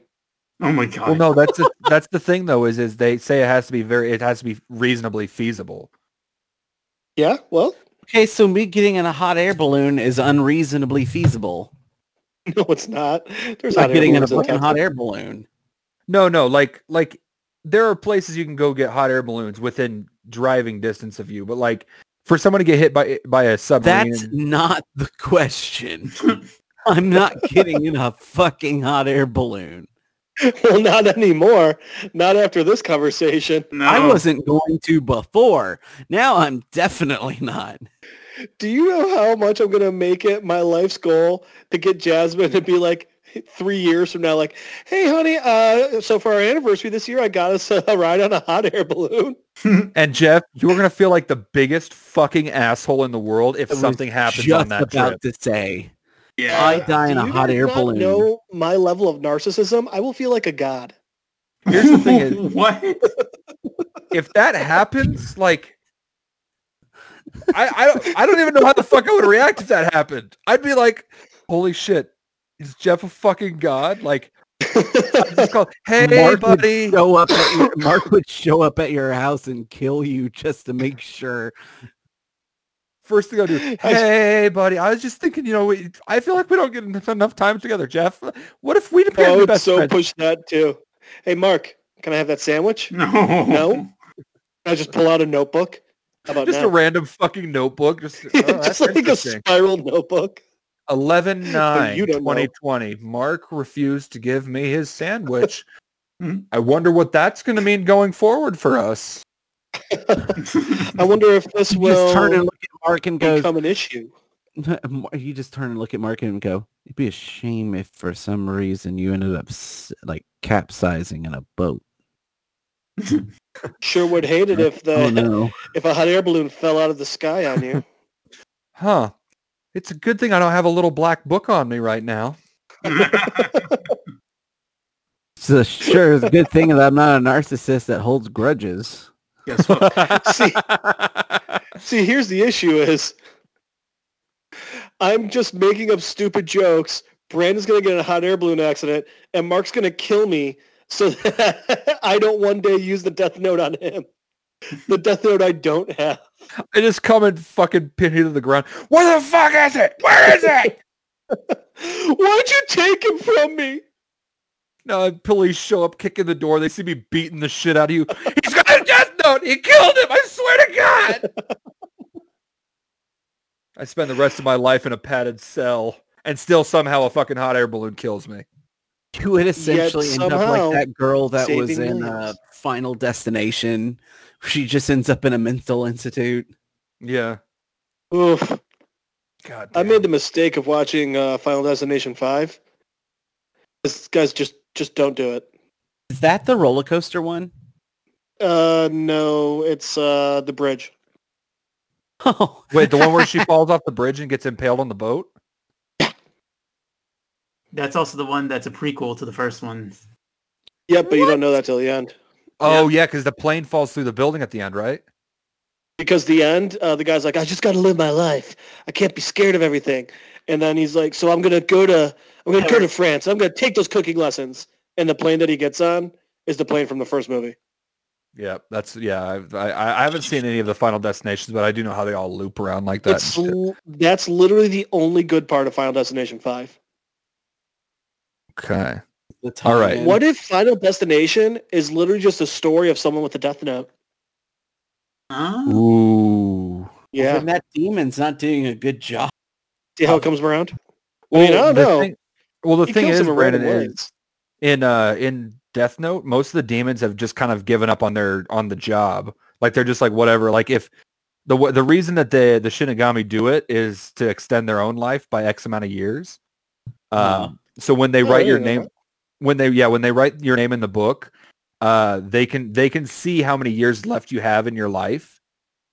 A: oh my god.
B: Well, no, that's the, that's the thing though is is they say it has to be very it has to be reasonably feasible.
C: Yeah, well,
D: <laughs>
C: <laughs>
D: Okay, so me getting in a hot air balloon is unreasonably feasible.
C: no, it's not. There's
D: Like
C: hot air
D: getting in a
C: balloons
D: fucking
C: in Death
D: hot
C: Note.
D: air balloon.
B: No, no, like like there are places you can go get hot air balloons within driving distance of you, but like for someone to get hit by by a submarine,
D: That's not the question. <laughs> I'm not getting in a fucking hot air balloon.
C: <laughs> Well, not anymore. Not after this conversation.
A: no.
D: I wasn't going to before. Now I'm definitely not.
C: Do you know how much I'm gonna make it my life's goal to get Jasmine to be like three years from now, like, hey, honey, uh, so for our anniversary this year, I got us a ride on a hot air balloon.
B: and Jeff, you're gonna feel like the biggest fucking asshole in the world if
D: I was
B: something happens
D: Just
B: on that
D: about
B: trip.
D: to say,
A: Yeah.
D: I die in
C: Do
D: a
C: you
D: hot
C: guys
D: air
C: not
D: balloon.
C: Know my level of narcissism? I will feel like a god. <laughs>
B: Here's the thing
A: <laughs>
B: is-
A: what?
B: If that happens, like. I, I don't I don't even know how the fuck I would react if that happened. I'd be like, "Holy shit, is Jeff a fucking god?" Like, I just call, "Hey,
D: Mark would
B: <laughs> buddy,
D: show up at your, Mark would show up at your house and kill you just to make sure.
B: First thing I do,
C: I-
B: hey buddy, I was just thinking, you know, we, I feel like we don't get en- enough time together, Jeff. What if we
C: I
B: became
C: would
B: best
C: Oh, so
B: friends?
C: push that too. Hey, Mark, can I have that sandwich?
A: No.
C: No? I just pull out a notebook. How about
B: Just a
C: now?
B: random fucking notebook.
C: <laughs>
B: Just, oh, that's
C: just like a
B: interesting.
C: spiral notebook. <laughs>
B: 11
C: you don't know.
B: 2020 Mark refused to give me his
C: <laughs>
B: sandwich. Hmm?
A: Mhm.
B: I wonder what that's going to mean going forward for us.
C: I wonder if
D: <laughs>
C: this
D: You
C: will
D: just turn and look at Mark and go.
C: become an issue.
D: <laughs> You just turn and look at Mark and go. It'd be a shame if for some reason you ended up s- like capsizing in a boat.
C: Sure would
D: <laughs>
C: hate it if
D: Oh
C: the
D: no!
C: if a hot air balloon fell out of the sky on you.
B: Huh. It's a good thing I don't have a little black book on me right
C: <laughs>
B: now.
D: It's a sure it's a good thing that I'm not a narcissist that holds grudges.
A: <laughs> Guess what?
C: See, see, here's the issue: is I'm just making up stupid jokes. Brandon's gonna get in a hot air balloon accident, and Mark's gonna kill me so that <laughs> I don't one day use the death note on him. The death note I don't have.
B: I just come and fucking pin you to the ground. Where the fuck is it? Where is it?
C: Why'd you take him from me?
B: No, police show up, kicking the door. They see me beating the shit out of you. He's got a death note. He killed him. I swear to God.
C: <laughs>
B: I spend the rest of my life in a padded cell, and still somehow a fucking hot air balloon kills me.
D: You would essentially end up
C: somehow
D: like that girl that was
C: saving
D: in uh,
C: millions.
D: final destination. She just ends up in a mental institute.
B: Yeah.
C: Oof.
B: God.
C: I
B: damn.
C: made the mistake of watching uh, Final Destination Five. This guys just just don't do it.
D: Is that the roller coaster one? <laughs>
C: Uh, no, it's uh the bridge.
D: Oh,
B: Wait, the one where
C: <laughs>
B: she falls off the bridge and gets impaled on the boat?
A: That's also the one that's a prequel to the first one.
C: Yep, but you don't know that till the end.
B: Oh yeah, because the plane falls through the building at the end, right?
C: Because the end, uh, the guy's like, I just got to live my life. I can't be scared of everything. And then he's like, so I'm gonna go to I'm gonna go to France. I'm gonna take those cooking lessons. And the plane that he gets on is the plane from the first movie.
B: Yeah, that's yeah. I, I I haven't seen any of the Final Destinations, but I do know how they all loop around like that.
C: That's
B: and shit.
C: l- that's literally the only good part of Final Destination Five.
B: Okay.
D: the
B: All right.
D: time.
C: What if Final Destination is literally just a story of someone with a death note?
A: Huh? <laughs>
B: Ooh.
C: Yeah.
D: Then that demon's not doing a good job.
C: See how it comes around? I mean, I don't
B: the
C: know.
B: thing- well, the
C: Oh, He
B: thing is,
C: kills him in random
B: Brandon is
C: ways.
B: in uh in Death Note, most of the demons have just kind of given up on their on the job. Like they're just like whatever. Like if the wa- the reason that the the Shinigami do it is to extend their own life by X amount of years. Um,
D: Wow.
B: So when they
C: Oh,
B: write
C: I
B: your
C: didn't know
B: name,
C: that.
B: when they yeah when they write your name in the book, uh, they can they can see how many years left you have in your life.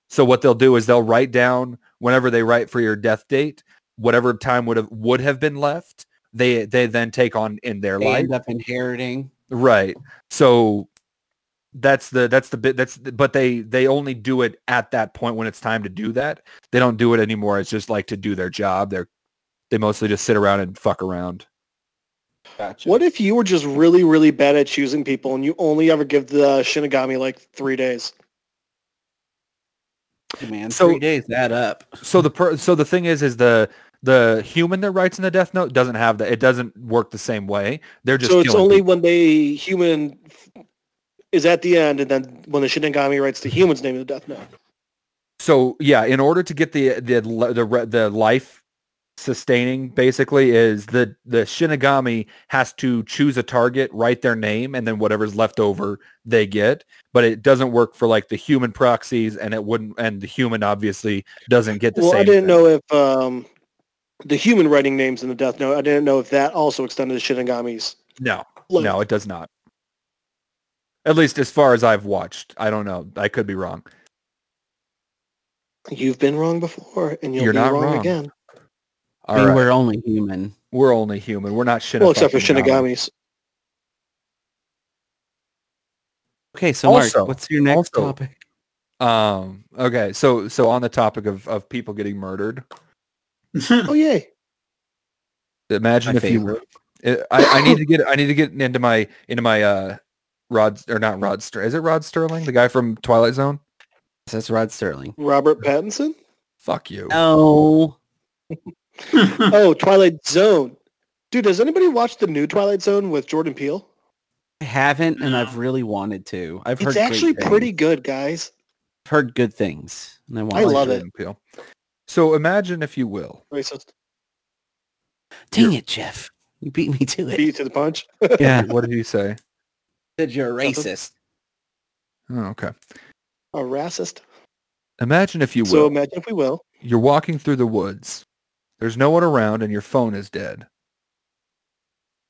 B: So what they'll do is they'll write down whenever they write for your death date, whatever time would have would have been left. They they then take on in their
D: They
B: life.
D: end up inheriting.
B: Right. So that's the that's the bit that's the- but they they only do it at that point when it's time to do that. They don't do it anymore. It's just like to do their job. They're they mostly just sit around and fuck around.
D: Gotcha.
C: What if you were just really, really bad at choosing people and you only ever give the Shinigami like three days?
D: man?
B: So-
D: three days add up.
B: So the per, so the thing is is the the human that writes in the death note doesn't have that. It doesn't work the same way. They're just
C: so it's
B: killing
C: only
B: people.
C: when they human is at the end and then when the Shinigami writes the human's name in the death note.
B: So yeah, in order to get the the the re- the life sustaining basically is the the Shinigami has to choose a target, write their name, and then whatever's left over they get. But it doesn't work for like the human proxies, and it wouldn't. And the human obviously doesn't get the
C: Well,
B: same.
C: I
B: thing.
C: didn't know if um, the human writing names in the death note, I didn't know if that also extended to Shinigami's.
B: No,
C: Like,
B: no, it does not. At least as far as I've watched, I don't know. I could be wrong.
C: You've been wrong before and you'll
B: You're
C: be
B: not
C: wrong,
B: wrong.
C: again.
B: All
D: I mean,
B: right.
D: we're only human.
B: we're only human. We're not Shinigami.
C: Well, except for Shinigami's.
D: Okay, so Mark,
B: Also-
D: what's your next
B: also-
D: topic?
B: Um. Okay. So so on the topic of of people getting murdered.
C: Oh, yay.
B: Imagine
D: My
B: if you
D: favorite.
B: I, I need to get I need to get into my into my uh Rod or not Rod Sterling. Is it Rod Sterling? The guy from Twilight Zone?
D: That's Rod Sterling.
B: <laughs>
C: Robert Pattinson?
B: Fuck you.
D: No.
C: Oh, Twilight Zone. Dude, has anybody watched the new Twilight Zone with Jordan Peele?
D: I haven't, and I've really wanted to. I've heard
C: It's
D: great
C: actually
D: things.
C: pretty good, guys.
D: I've heard good things, and I want.
C: I
D: to-
C: love it.
B: Jordan Peele. So imagine if you will.
C: Racist.
D: Dang it, Jeff! You beat me to
C: Beat you
D: it.
C: to the punch.
D: <laughs> yeah,
B: What did he say?
D: said you're a racist.
B: Oh, okay.
C: A racist.
B: Imagine if you will.
C: So imagine if we will.
B: you're walking through the woods. There's no one around and your phone is dead.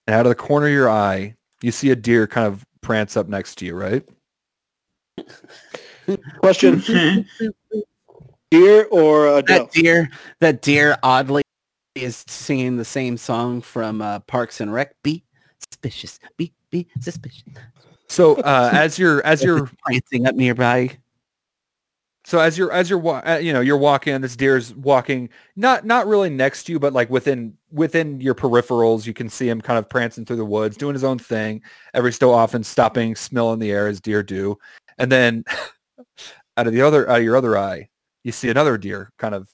B: And out of the corner of your eye, you see a deer kind of prance up next to you, right?
A: <laughs>
C: Question,
D: Mm-hmm.
C: deer or a doe?
D: That deer, that deer, oddly is singing the same song from uh, Parks and Rec. Be suspicious. Be be suspicious.
B: So uh, as you're as you're
D: Prancing up nearby.
B: So as you're as you're wa- uh, you know you're walking, and this deer's walking not not really next to you, but like within within your peripherals, you can see him kind of prancing through the woods, doing his own thing, every so often stopping, smelling the air as deer do, and then <laughs> out of the other out of your other eye, you see another deer, kind of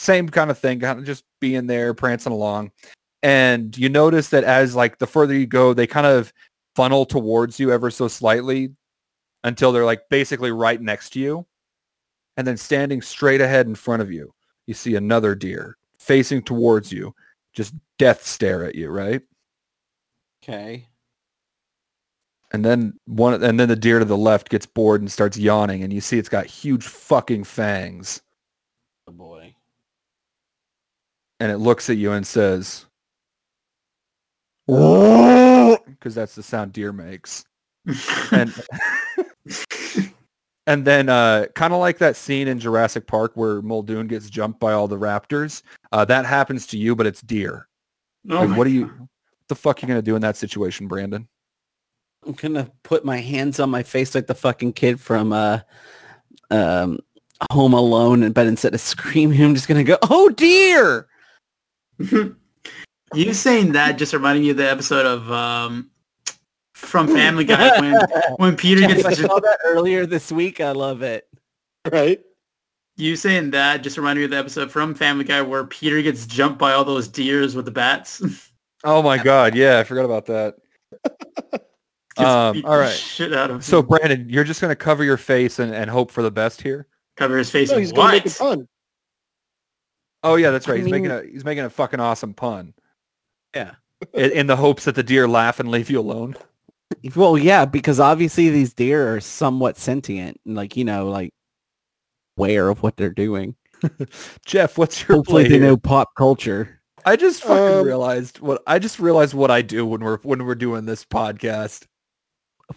B: same kind of thing, kind of just being there prancing along, and you notice that as like the further you go, they kind of funnel towards you ever so slightly until they're like basically right next to you and then standing straight ahead in front of you, you see another deer facing towards you, just death stare at you, right?
D: Okay.
B: And then one, and then the deer to the left gets bored and starts yawning, and you see it's got huge fucking fangs,
D: Oh boy.
B: and it looks at you and says, because that's the sound deer makes. and <laughs> and then uh, kind of like that scene in Jurassic Park where Muldoon gets jumped by all the raptors, uh, that happens to you, but it's deer.
A: Oh
B: like,
A: my
B: what are you?
A: God.
B: What the fuck you gonna do in that situation, Brandon?
D: I'm gonna put my hands on my face like the fucking kid from uh um Home Alone and but <laughs> instead of screaming I'm just gonna go, Oh dear
A: <laughs> you saying that just reminded me of the episode of um, from Family Guy when when Peter
D: Yes, <laughs>
B: <laughs>
D: I
A: gets
D: saw that earlier this week. I love it.
C: right?
A: you saying that just reminded me of the episode from Family Guy where Peter gets jumped by all those deers with the bats. <laughs> Gets
B: Oh my god, yeah, I forgot
A: <laughs>
B: about that. Um,
A: beat the
B: all right.
A: shit out of him.
B: So Brandon, you're just gonna cover your face and, and hope for the best here.
A: cover his face.
C: No,
A: in
C: he's going to
A: what?
C: make a pun.
B: Oh yeah, that's right.
D: I
B: he's
D: mean-
B: making a he's making a fucking awesome pun.
D: Yeah.
B: In, in the hopes that the deer laugh and leave you alone.
D: Well, yeah, because obviously these deer are somewhat sentient and like, you know, like aware of what they're doing.
B: Jeff, what's your
D: Hopefully
B: play
D: they
B: here?
D: know pop culture.
B: I just fucking
C: Um,
B: realized what I just realized what I do when we're when we're doing this podcast.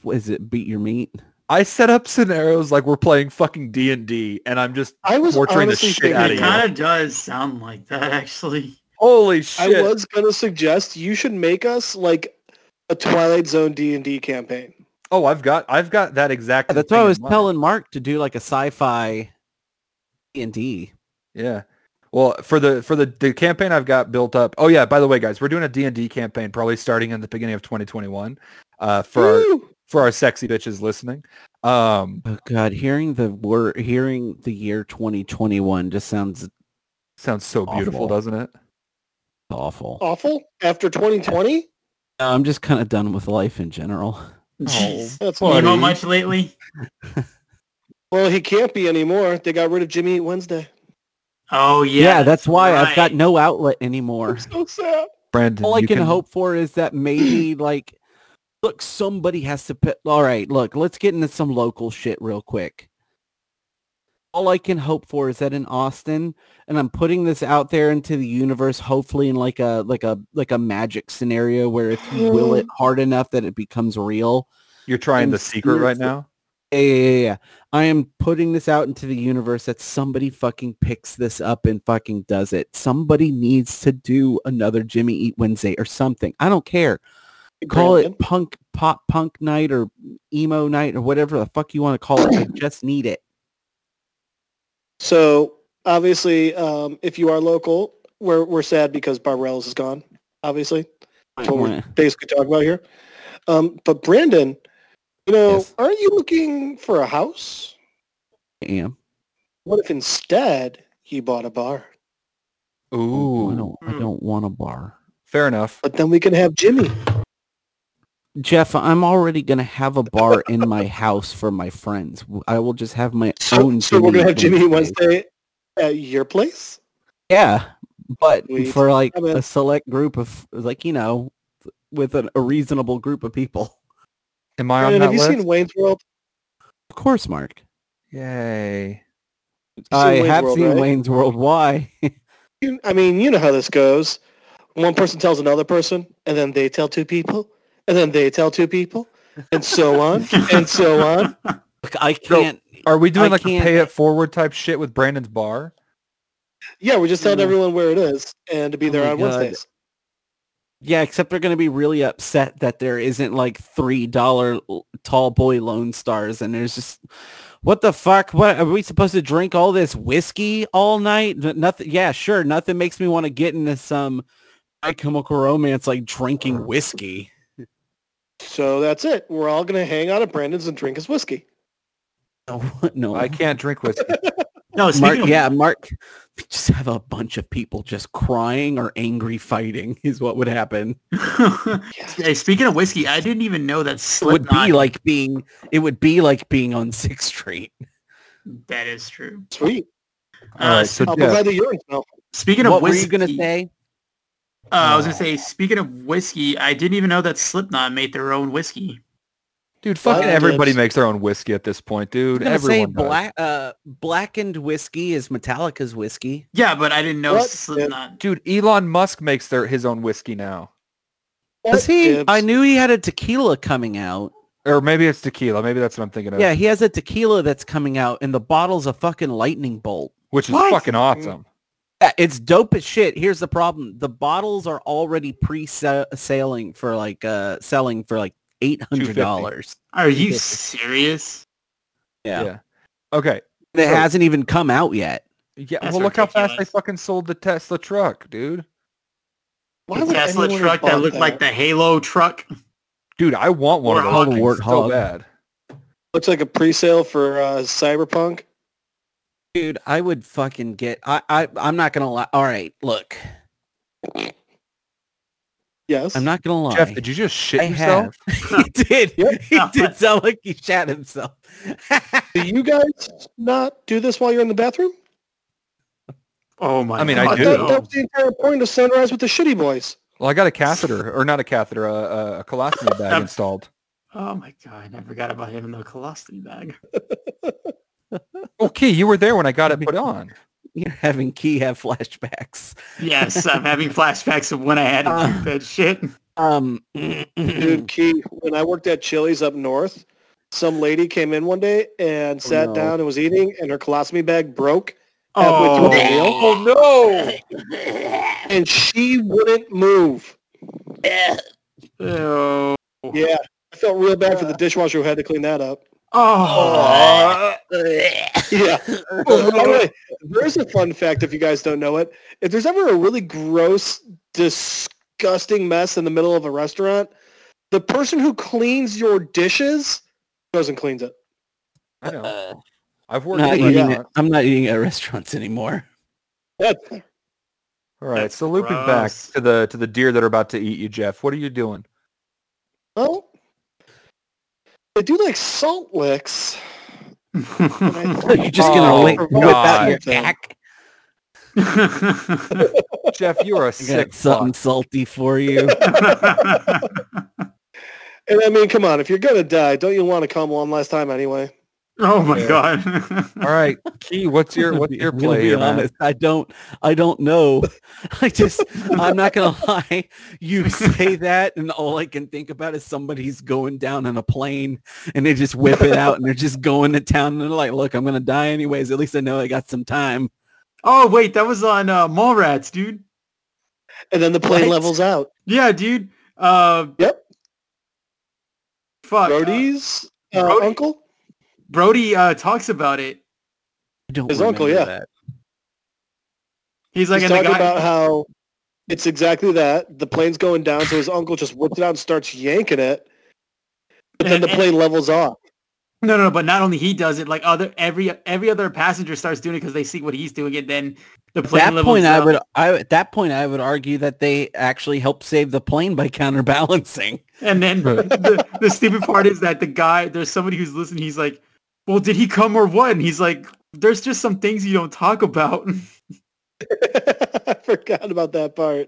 D: What is it? Beat your meat?
B: I set up scenarios like we're playing fucking D and D, and I'm just
C: I was
B: Torturing the
C: honestly
B: shit
C: thinking,
B: outta
A: It
B: you.
A: kind of does sound like that, actually.
B: holy
C: I
B: shit.
C: was going to suggest you should make us like a Twilight Zone D&D campaign.
B: oh, I've got I've got that exact.
D: Yeah, that's
B: thing
D: why I
B: in
D: was
B: mind.
D: telling Mark to do like a sci-fi D&D.
B: Yeah. Well, for the for the, the campaign I've got built up. Oh yeah, by the way, guys, we're doing a D&D campaign probably starting in the beginning of 2021 uh, for our,
C: Woo!
B: for our sexy bitches listening. Um,
D: Oh God, hearing the word, hearing the year 2021 just sounds
B: sounds so beautiful,
D: Awful.
B: doesn't it?
D: awful.
C: Awful after 2020?
D: No, I'm just kind of done with life in general.
B: Oh,
A: Jeez.
C: That's
A: Emo
C: funny.
A: much lately?
C: Well, he can't be anymore. They got rid of Jimmy Eat Wednesday.
A: Oh yeah.
D: Yeah, that's why I've got
A: right.
D: no outlet anymore.
C: I'm <laughs> so sad.
B: Brandon,
D: All I
B: you
D: can, hope for is that maybe like, look, somebody has to put. All right, look, let's get into some local shit real quick. All I can hope for is that in Austin, and I'm putting this out there into the universe, hopefully in like a like a like a magic scenario where if you will it hard enough that it becomes real,
B: You're trying
D: and
B: the secret right
D: seriously-
B: now.
D: Yeah, yeah, yeah, yeah. I am putting this out into the universe that somebody fucking picks this up and fucking does it. Somebody needs to do another Jimmy Eat Wednesday or something. I don't care. Call
C: Brandon?
D: it punk pop punk night or emo night or whatever the fuck you want to call it.
C: <laughs>
D: I just need it.
C: So obviously, um, if you are local, we're we're sad because Barbarellas is gone. Obviously, that's what we're
D: Right.
C: basically talking about here. Um, but Brandon, you know,
D: Yes.
C: aren't you looking for a house?
D: I am.
C: What if instead you bought a bar?
B: Ooh,
D: Oh, I don't I
C: Hmm.
D: don't want a bar.
B: fair enough.
C: But then we can have Jimmy.
D: Jeff, I'm already gonna have a bar in my house for my friends. I will just have my
C: So,
D: own.
C: so we're gonna
D: Eat
C: have Jimmy
D: Wednesday.
C: Wednesday at your place.
D: Yeah, but
C: Sweet.
D: for like
C: I mean-
D: a select group of like you know, with an, a reasonable group of people.
B: Am I on
C: Brandon,
B: that
C: have you
B: list?
C: seen Wayne's World?
D: Of course, Mark.
B: Yay.
C: You've seen
D: I
C: Wayne's
D: have
C: World,
D: seen
C: right?
D: Wayne's World. Why? <laughs>
C: You, I mean, you know how this goes. One person tells another person, and then they tell two people, and then they tell two people,
D: <laughs>
C: and so on, and so on.
D: Look, I can't.
B: Are we doing
D: I
B: like a
D: can't-
B: pay it forward type shit with Brandon's bar?
C: Yeah, we're just telling
D: Yeah.
C: everyone where it is and to be
D: Oh
C: there
D: my
C: on
D: God.
C: Wednesdays.
D: Yeah, except they're going to be really upset that there isn't like three dollar tall boy Lone Stars, and there's just what the fuck? What are we supposed to drink all this whiskey all night? N- Nothing. Yeah, sure. Nothing makes me want to get into some My Chemical Romance like drinking whiskey. <laughs>
C: So that's it. We're all gonna hang out at Brandon's and drink his whiskey.
D: No, no,
B: I can't drink
D: <laughs>
B: whiskey.
A: No, speaking
D: Mark,
A: of
D: yeah, Mark, we just have a bunch of people just crying or angry fighting <laughs> is what would happen.
A: <laughs> hey, speaking of whiskey, I didn't even know that
D: It would
A: Slipknot.
D: be like being it would be like being on Sixth Street.
A: that is true.
C: Sweet.
B: All right, so
A: so
C: I'll
B: Jeff,
C: provide the urine smell.
A: Speaking of
D: What were
A: whiskey,
D: you gonna say?
A: Uh, I was gonna say. Speaking of whiskey, I didn't even know that Slipknot made their own whiskey.
B: Dude, fucking
C: Well,
B: everybody
C: it's-
B: makes their own whiskey at this point, dude.
D: I'm gonna say
B: Everyone does.
D: black, uh, blackened whiskey is Metallica's whiskey.
A: Yeah, but I didn't know
C: What?
A: Slipknot.
B: Dude, Elon Musk makes their his own whiskey now.
D: Does he?
C: Dibs.
D: I knew he had a tequila coming out.
B: Or maybe it's tequila. Maybe that's what I'm thinking of.
D: Yeah, he has a tequila that's coming out, and the bottle's a fucking lightning bolt.
B: Which is
A: What?
B: fucking awesome.
D: Yeah, it's dope as shit. Here's the problem: the bottles are already pre-selling for like uh selling for like eight hundred dollars.
A: Are you
D: Yeah.
A: serious?
D: Yeah,
B: Okay.
D: it
B: So-
D: hasn't even come out yet.
B: Yeah.
A: That's
B: well, look how fast they
A: ridiculous.
B: fucking sold the Tesla truck, dude.
C: Why
A: the
C: would
A: Tesla
C: anyone have
A: truck that
C: bought
A: looked like the Halo truck.
B: Dude, I want one
A: Or
B: of
A: Hulk.
B: those things so
D: Warthog.
B: bad.
C: Looks like a pre-sale for uh, Cyberpunk.
D: Dude, I would fucking get. I, I I'm not gonna lie. All right, look,
C: Yes.
D: I'm not gonna lie.
B: Jeff, did you just shit
D: I
B: yourself?
D: have. <laughs> he did.
C: Yep.
D: He did sound like he shat himself. <laughs>
C: Do you guys not do this while you're in the bathroom?
A: Oh my!
B: I mean, I
A: God,
B: do.
A: no.
C: That, that's the entire point of Sunrise with the Shitty Boys.
B: Well, I got a catheter, or not a catheter, a, a, a colostomy bag
A: Um,
B: installed.
A: Oh my god! I forgot about him in the colostomy bag.
B: Okay, you were there when I got it put on.
D: You're having Key have flashbacks.
A: Yes, I'm having flashbacks of when I had to
D: Uh.
A: do that shit.
D: Um, <clears throat>
C: Dude, Key, when I worked at Chili's up north, some lady came in one day and sat
D: no.
C: down and was eating, and her colostomy bag broke,
A: Oh,
C: Halfway through
A: oh
B: no!
C: and she wouldn't move.
A: no!
C: Yeah, I felt real bad for the dishwasher who had to clean that up.
A: Oh, <laughs>
C: Yeah. <laughs> By the way, there's a fun fact if you guys don't know it. If there's ever a really gross, disgusting mess in the middle of a restaurant, the person who cleans your dishes goes and cleans it.
B: <laughs> I know.
D: uh,
B: I've worked
D: not
B: in
D: eating
B: restaurants.
D: at, I'm not eating at restaurants anymore. <laughs>
C: That's
B: All right,
A: That's
B: so looping back
A: gross.
B: to the to the deer that are about to eat you, Jeff. What are you doing?
C: Well, they do like salt licks. and
A: <laughs>
C: I think
D: You're just gonna
B: Oh,
D: lick
C: God.
D: whip out your
C: Thing.
D: back.
B: Jeff, you
D: <laughs>
B: are a
D: I got
B: sick
D: something
B: fuck.
D: salty for you.
C: And I mean, come on, if you're gonna die, don't you want to come one last time anyway?
A: oh my
B: Yeah.
A: god!
B: All right, Key, what's
D: <laughs>
B: your what's your
D: I'm gonna
B: play uh,
D: be
B: here, man?
D: honest, I don't. I don't know. <laughs> I just. I'm not gonna lie. You say that, and all I can think about is somebody's going down in a plane, and they just whip it out, and they're just going to town, and they're like, "Look, I'm gonna die anyways. At least I know I got some time."
A: Oh wait, that was on uh, Mallrats, dude.
C: And then the plane
D: What?
C: levels out.
A: Yeah, dude. Uh,
C: Yep.
A: Fuck. uh,
C: Brody's uh,
A: Brody?
C: uncle.
A: Brody uh, talks about it.
D: I don't.
C: His uncle,
D: remember
C: yeah.
D: that.
A: He's like,
C: He's
A: and the
C: talking
A: guy.
C: about how it's exactly that. The plane's going down, so his uncle just whips it out and starts yanking it. But then
A: And-
C: the plane levels off. <laughs>
A: no, no, no, but not only he does it, like other every every other passenger starts doing it because they see what he's doing, and then the
D: At
A: plane
D: that
A: levels
D: point, I
A: up.
D: would. I at that point, I would argue that they actually helped save the plane by <laughs> counterbalancing.
A: And then
B: Right.
A: the, the stupid part is that the guy, there's somebody who's listening. He's like, "Well, did he come or what?" And he's like, "There's just some things you don't talk about." <laughs>
C: I forgot about that part.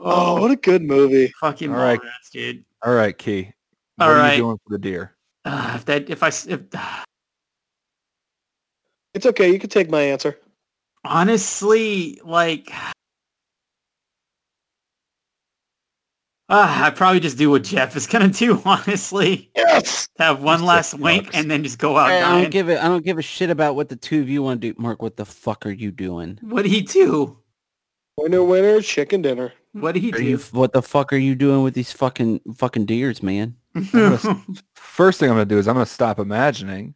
C: Oh,
A: oh,
C: what a good movie.
A: fucking
B: All right.
A: Mallrats, dude.
B: All right, Key. What
A: All
B: are
A: right.
B: you doing for the deer?
A: Uh, if that, if I, s- if
C: It's okay. You can take my answer.
A: honestly, like, ah, I probably just do what Jeff is gonna do. <laughs> Honestly,
C: Yes.
A: have one
B: Jeff
A: last wink
B: sucks.
A: and then just go out.
D: I
A: dying.
D: don't give it. I don't give a shit about what the two of you want to do. Mark, what the fuck are you doing?
A: What did he do?
C: Winner, winner, chicken dinner.
A: What did he <laughs>
D: Are you,
A: do?
D: f- what the fuck are you doing with these fucking fucking deers, man?
B: First thing I'm gonna do is I'm gonna stop imagining,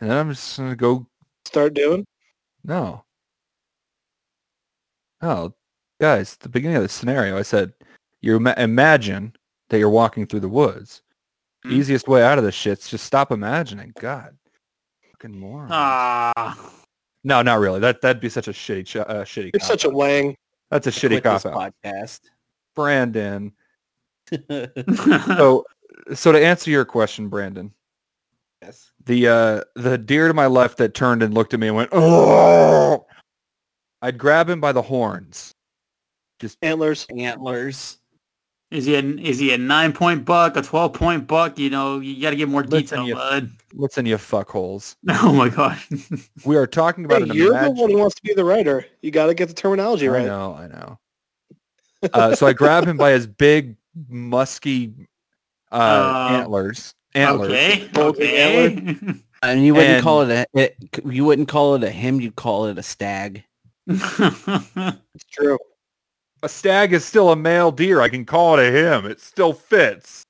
B: and then I'm just gonna go
C: Start doing.
B: no. No, guys, at the beginning of the scenario, I said you ima- imagine that you're walking through the woods.
A: Hmm.
B: Easiest way out of this shit's just stop imagining. God, fucking moron.
A: Ah.
B: No, not really. That that'd be such a shitty, ch- uh, shitty.
C: You're
B: cop
C: such a
B: out.
C: wang.
B: That's a shitty
D: Quit this
B: cop out, Brandon.
D: <laughs> podcast.
A: Ah. <laughs>
C: Uh-huh.
B: So, so to answer your question, Brandon,
D: yes.
B: the uh, the deer to my left that turned and looked at me and went, oh, I'd grab him by the horns.
C: Antlers.
D: Antlers.
A: Is he a, is he a nine point buck, a twelve point buck? You know, you got to get more
B: Listen,
A: detail,
B: you-
A: bud. <laughs>
B: Listen, you fuckholes.
A: Oh my god.
B: We are talking about
C: Hey,
B: an
C: you're the
B: imagine-
C: one who wants to be the writer. You got to get the terminology
B: I
C: right.
B: know, I know. Uh, so I grab him by his big, musky uh,
A: Uh,
B: antlers. Antlers.
A: Okay.
C: Okay,
A: Okay.
D: And you wouldn't
B: And-
D: call it a it, you wouldn't call it a him. You'd call it a stag.
C: It's true.
B: A stag is still a male deer. I can call it a him. It still fits.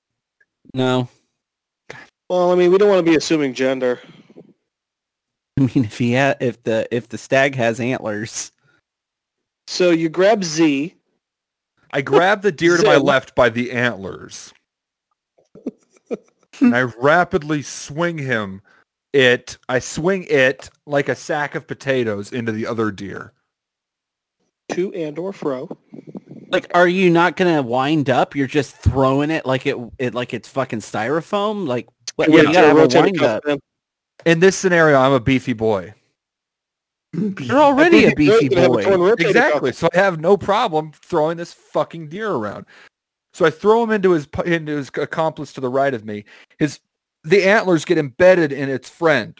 D: No, <laughs>
C: Well, I mean, we don't want to be assuming gender.
D: I mean if he ha- if the if the stag has antlers,
C: So you grab Z.
B: I grab the deer to my
C: Zim.
B: left by the antlers. and I rapidly swing him it. I swing it like a sack of potatoes into the other deer.
C: to and or fro.
D: like, are you not gonna wind up? You're just throwing it like it, it like it's fucking styrofoam. Like what,
B: Yeah,
D: you gotta have a
C: rotating
D: wind up.
C: cuff, man.
B: In this scenario, I'm a beefy boy.
D: You're already a beefy
C: They're gonna have a torn
D: boy.
C: rotating cuff.
B: Exactly. So I have no problem throwing this fucking deer around. So I throw him into his pu- into his accomplice to the right of me. His the antlers get embedded in its friend.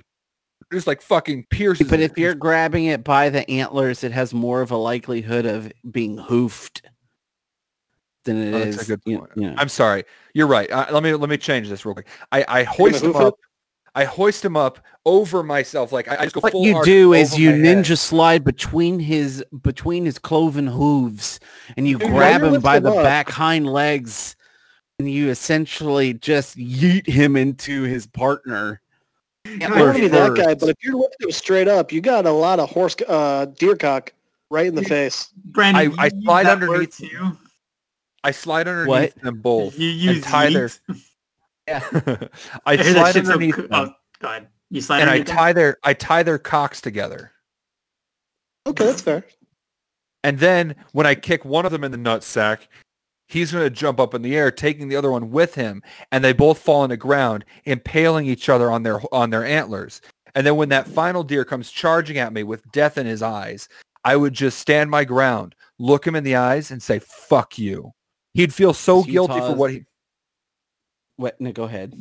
B: Just like fucking pierces.
D: But
B: it.
D: if you're grabbing it by the antlers, it has more of a likelihood of being hoofed than it
B: Oh,
D: is.
B: that's a good
D: you-
B: point.
D: you know.
B: I'm sorry. You're right. Uh, let me let me change this real quick. I, I hoist him
C: hoof it?
B: up. I hoist him up over myself. Like I, I just go
D: what
B: full
D: you
B: arc
D: do is
B: over
D: you
B: my head.
D: ninja slide between his between his cloven hooves and you
C: Dude, why
D: grab
C: you
D: him
C: lift
D: by
C: him
D: the
C: up?
D: back hind legs and you essentially just yeet him into his partner.
C: I don't want to be that
D: first.
C: guy, but if you're lifting him straight up, you got a lot of horse uh, deer cock
D: <laughs>
C: right in the face.
A: <laughs> Brandon,
B: I- I
A: you use
B: slide
A: that
B: underneath
A: word too.
B: I slide underneath
D: What?
B: them both. <laughs>
A: You use
B: tie their-
A: yeet.
B: I
A: hear <laughs> that
B: slide
A: shit's so
B: underneath
A: coo-
B: them,
A: Oh, God. You slide
B: and I
A: underneath them?
B: tie their I tie their cocks together.
C: Okay, that's fair.
B: And then when I kick one of them in the nutsack, he's going to jump up in the air, taking the other one with him, and they both fall on the ground, impaling each other on their on their antlers. And then when that final deer comes charging at me with death in his eyes, I would just stand my ground, look him in the eyes, and say "fuck you." He'd feel so
D: Utah's-
B: guilty for what he
D: What no go ahead.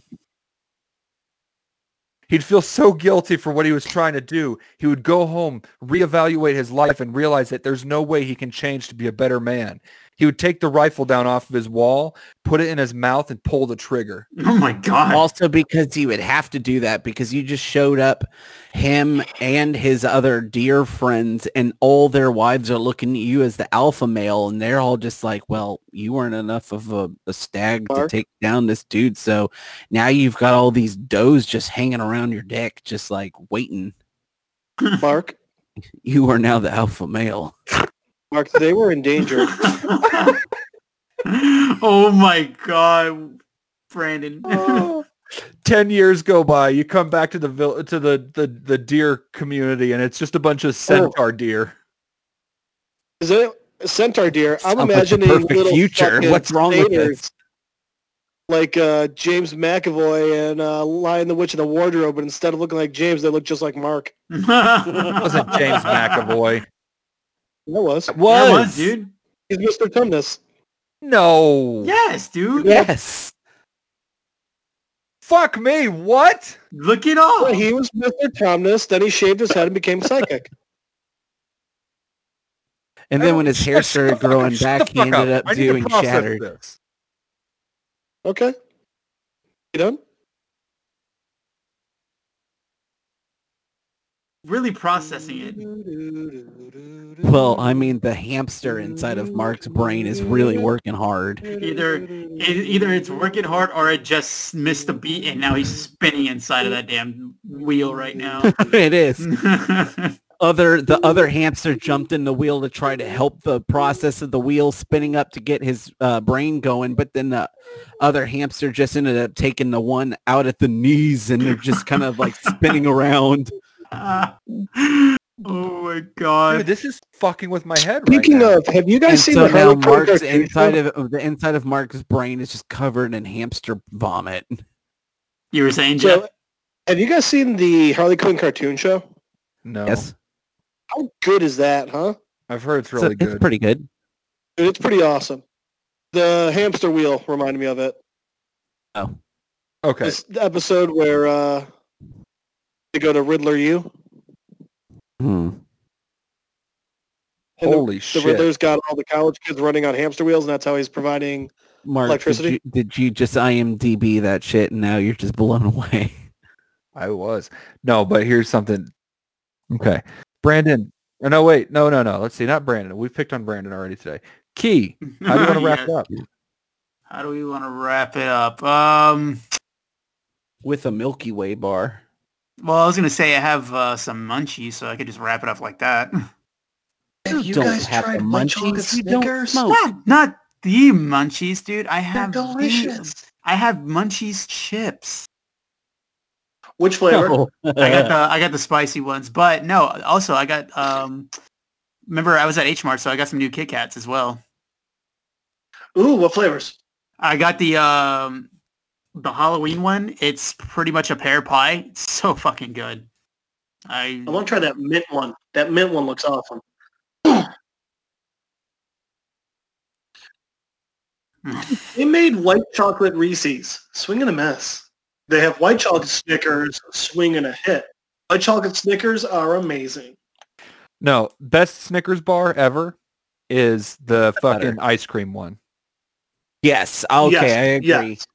B: He'd feel so guilty for what he was trying to do. He would go home, reevaluate his life, and realize that there's no way he can change to be a better man. He would take the rifle down off of his wall, put it in his mouth, and pull the trigger.
A: <laughs> Oh, my God.
D: Also because you would have to do that because you just showed up him and his other dear friends and all their wives are looking at you as the alpha male and they're all just like, well, you weren't enough of a, a stag
C: Mark?
D: to take down this dude. So now you've got all these does just hanging around your dick, just like waiting.
C: Mark,
D: You are now the alpha male.
C: Mark, they were endangered.
A: <laughs> oh, my God.
B: <laughs>
A: Brandon. Oh.
B: Ten years go by. You come back to the vil- to the, the the deer community, and it's just a
A: Oh.
B: bunch of centaur deer.
C: Is it a centaur deer?
D: Sounds
C: I'm
D: like the
C: imagining
D: perfect
C: little
D: future.
C: fucking
D: What's wrong with
C: satyrs
D: this?
C: Like uh, James McAvoy and uh, Lion the Witch in the Wardrobe, but instead of looking like James, they look just like Mark.
B: That wasn't
A: <laughs>
B: James McAvoy.
C: That was.
B: It
A: Yeah, it
B: was,
A: was, dude.
C: He's Mr. Tumnus.
B: No.
A: Yes, dude.
D: Yes.
B: Fuck me. What?
A: Look it
D: Oh.
C: Well,
A: up.
C: he was Mr. Tumnus, then he shaved his head and became psychic.
D: And then when his hair started growing back, he ended up doing shattered.
B: This.
C: Okay. You done?
A: Really processing it.
D: Well, I mean, the hamster inside of Mark's brain is really working hard.
A: Either it, either it's working hard or it just missed the beat and now he's spinning inside of that damn wheel right now. <laughs>
D: <laughs> it is. Other the other hamster jumped in the wheel to try to help the process of the wheel spinning up to get his uh, brain going, but then the other hamster just ended up taking the one out at the knees, and they're just kind of like spinning
C: <laughs>
D: around.
A: oh my
B: Dude,
A: god.
B: this is fucking with my head
C: Speaking
B: right now.
C: of, have you guys
D: And
C: seen
D: so
C: the
D: now
C: Harley Quinn
D: Mark's
C: cartoon
D: inside
C: show?
D: of, of the inside of Mark's brain is just covered in hamster vomit.
A: You were saying, Jeff?
C: So, have you guys seen the Harley Quinn cartoon show? Oh,
B: no,
D: Yes,
C: How good is that, huh?
B: I've heard it's
D: So
B: really
D: it's
B: good.
D: pretty good.
C: Dude, it's pretty awesome. The hamster wheel reminded me of it.
B: Okay.
C: It's the episode where uh, they go to Riddler U.
D: Hmm.
C: And the-
B: Holy
C: The
B: shit.
C: Riddler's got all the college kids running on hamster wheels, and that's how he's providing.
D: Mark,
C: Electricity?
D: Did you, did you just IMDb that shit and now you're just blown <laughs> away?
B: I was. No, but here's something. Okay. Brandon. Oh, no, wait. No, no, no. Let's see. Not Brandon. We've picked on Brandon already today. Key. How do you
D: <laughs>
B: want
A: <laughs>
B: to wrap
A: Yes.
B: it up?
A: How do we want to wrap it up? Um,
D: With a Milky Way bar.
A: well, I was gonna say I have uh, some munchies, so I could just wrap it up like that.
E: Have you
D: don't
E: guys
D: have
E: tried
D: the
E: Munch
D: munchies.
E: Hog and
D: You don't
E: Snickers?
B: Oh.
D: smoke.
A: Not, not the munchies, dude. I
E: They're
A: have the-
E: delicious.
A: I have munchies chips.
C: Which flavor?
B: <laughs>
D: <laughs>
A: I got the I got the spicy ones, but no. Also, I got um. Remember, I was at H Mart, so I got some new Kit Kats as well.
B: Oh.
C: Ooh, what flavors?
A: I got the um the Halloween one. It's pretty much a pear pie. It's <laughs> so fucking good. I
C: I want to try that mint one. That mint one looks awesome. they made white chocolate Reese's. Swing and a miss. They have white chocolate Snickers. Swing and a hit. White chocolate Snickers are amazing.
B: No. Best Snickers bar ever is the
D: Butter.
B: fucking ice cream one.
D: yes. Okay.
C: Yes,
D: I agree.
C: yes.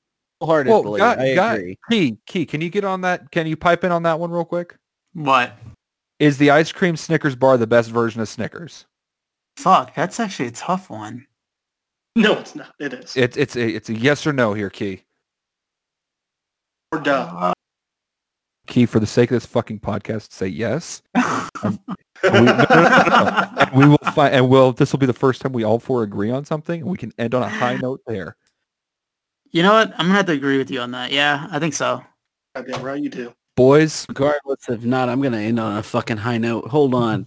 D: Wholeheartedly.
B: Well, God,
D: I
B: God,
D: agree.
B: Key, Key, can you get on that? Can you pipe in on that one real quick?
A: what?
B: Is the ice cream Snickers bar the best version of Snickers?
A: Fuck, that's actually a tough one.
C: No, it's not. It is.
B: It's it's a it's a yes or no here, Key.
C: or duh.
B: Key, for the sake of this fucking podcast, say yes. Um, we,
C: <laughs>
B: no, no, no, no, no. And we will find, and we'll. This will be the first time we all four agree on something, and we can end on a high note there.
A: <laughs> You know what? I'm gonna have to agree with you on that. Yeah, I think so. <laughs>
C: Goddamn right, you do.
B: Boys,
D: Regardless if not, I'm gonna end on a fucking high note. Hold on.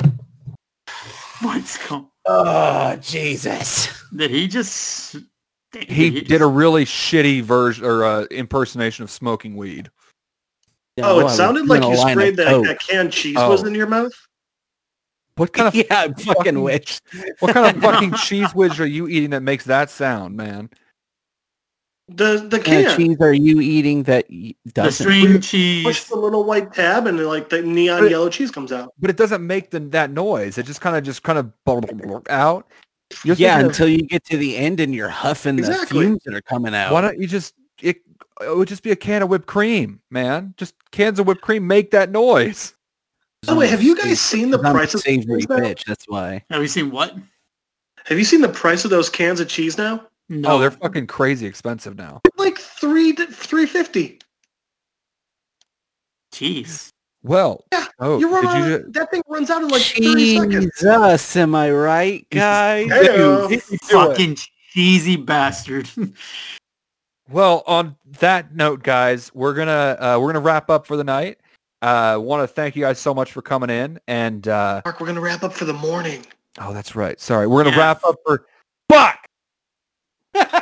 A: What's going?
D: Oh Jesus.
A: Did he just? Did
B: he did
A: just-
B: a really shitty version or uh, impersonation of smoking weed.
C: oh, it sounded like you sprayed that, that canned cheese was
B: Oh.
C: in your mouth.
B: What
C: <laughs>
B: kind of
D: yeah, I fucking wish.
B: what kind of fucking cheese whiz are you eating that makes that sound, man?
C: The the
D: What kind of
C: can.
D: cheese are you eating that y-
A: the
D: doesn't?
A: string
C: Push
A: cheese.
C: the little white tab, and like the neon yellow cheese comes out.
B: But it doesn't make the, that noise. It just kind of just kind of out. You're
D: yeah,
B: thinking of-
D: until you get to the end and you're huffing
C: Exactly.
D: the fumes that are coming out.
B: Why don't you just it? It would just be a can of whipped cream, man. Just cans of whipped cream make that noise.
C: By the way, have you guys seen the
D: I'm a
C: price of
D: savory
C: cheese now?
D: bitch? That's why.
A: Have you seen
B: Oh,
A: what?
C: Have you seen the price of those cans of cheese now?
A: No,
B: Oh, they're fucking crazy expensive now.
C: Like three three fifty.
A: cheese.
B: Well,
C: Yeah,
B: oh,
C: you run
B: did
C: on
B: you? ju-
C: that thing runs out in like thirty seconds.
D: Jesus, am I right, guys?
C: Hey, uh,
A: Fucking cheesy bastard. <laughs>
B: Well, on that note, guys, we're gonna uh, we're gonna wrap up for the night. Uh, Want to thank you guys so much for coming in, and uh,
C: Mark, we're gonna wrap up for the morning. <laughs>
B: oh, that's right. Sorry, we're gonna
A: Yeah.
B: wrap up for fuck.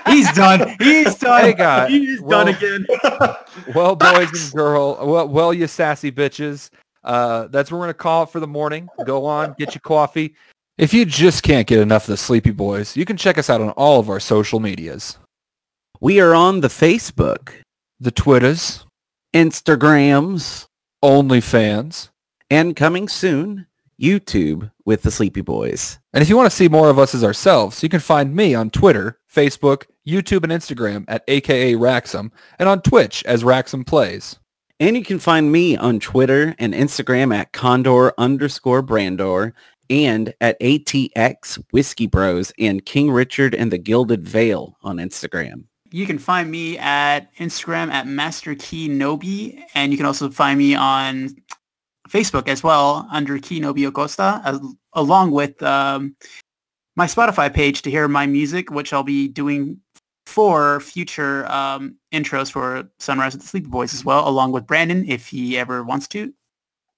A: He's
B: <laughs>
A: done. He's done.
B: Hey, guy.
A: He's
B: Well-
A: done again.
B: Well, boys and girl, well, well, you sassy bitches. Uh, that's where we're gonna call it for the morning. Go on, get your coffee. If you just can't get enough of the Sleepy Boys, you can check us out on all of our social medias:
D: We are on the Facebook,
B: the Twitters,
D: Instagrams,
B: OnlyFans,
D: and coming soon, YouTube with the Sleepy Boys.
B: and if you want to see more of us as ourselves, you can find me on Twitter, Facebook, YouTube, and Instagram at AKA Raxum, and on Twitch as Raxum Plays.
D: And you can find me on Twitter and Instagram at Condor underscore Brandor and at ATX Whiskey Bros and King Richard and the Gilded Veil on Instagram.
A: You can find me at Instagram at MasterKeyNobi, and you can also find me on Facebook as well under Key Nobi Acosta, as, along with um, my Spotify page to hear my music, which I'll be doing for future um, intros for Sunrise with the Sleepy Boys as well, along with Brandon if he ever wants to.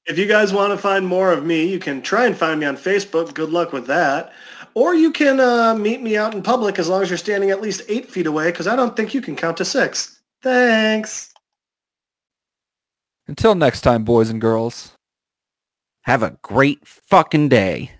C: If you guys want to find more of me, you can try and find me on Facebook. Good luck with that. Or you can uh, meet me out in public as long as you're standing at least eight feet away, because I don't think you can count to six. Thanks.
B: Until next time, boys and girls.
D: Have a great fucking day.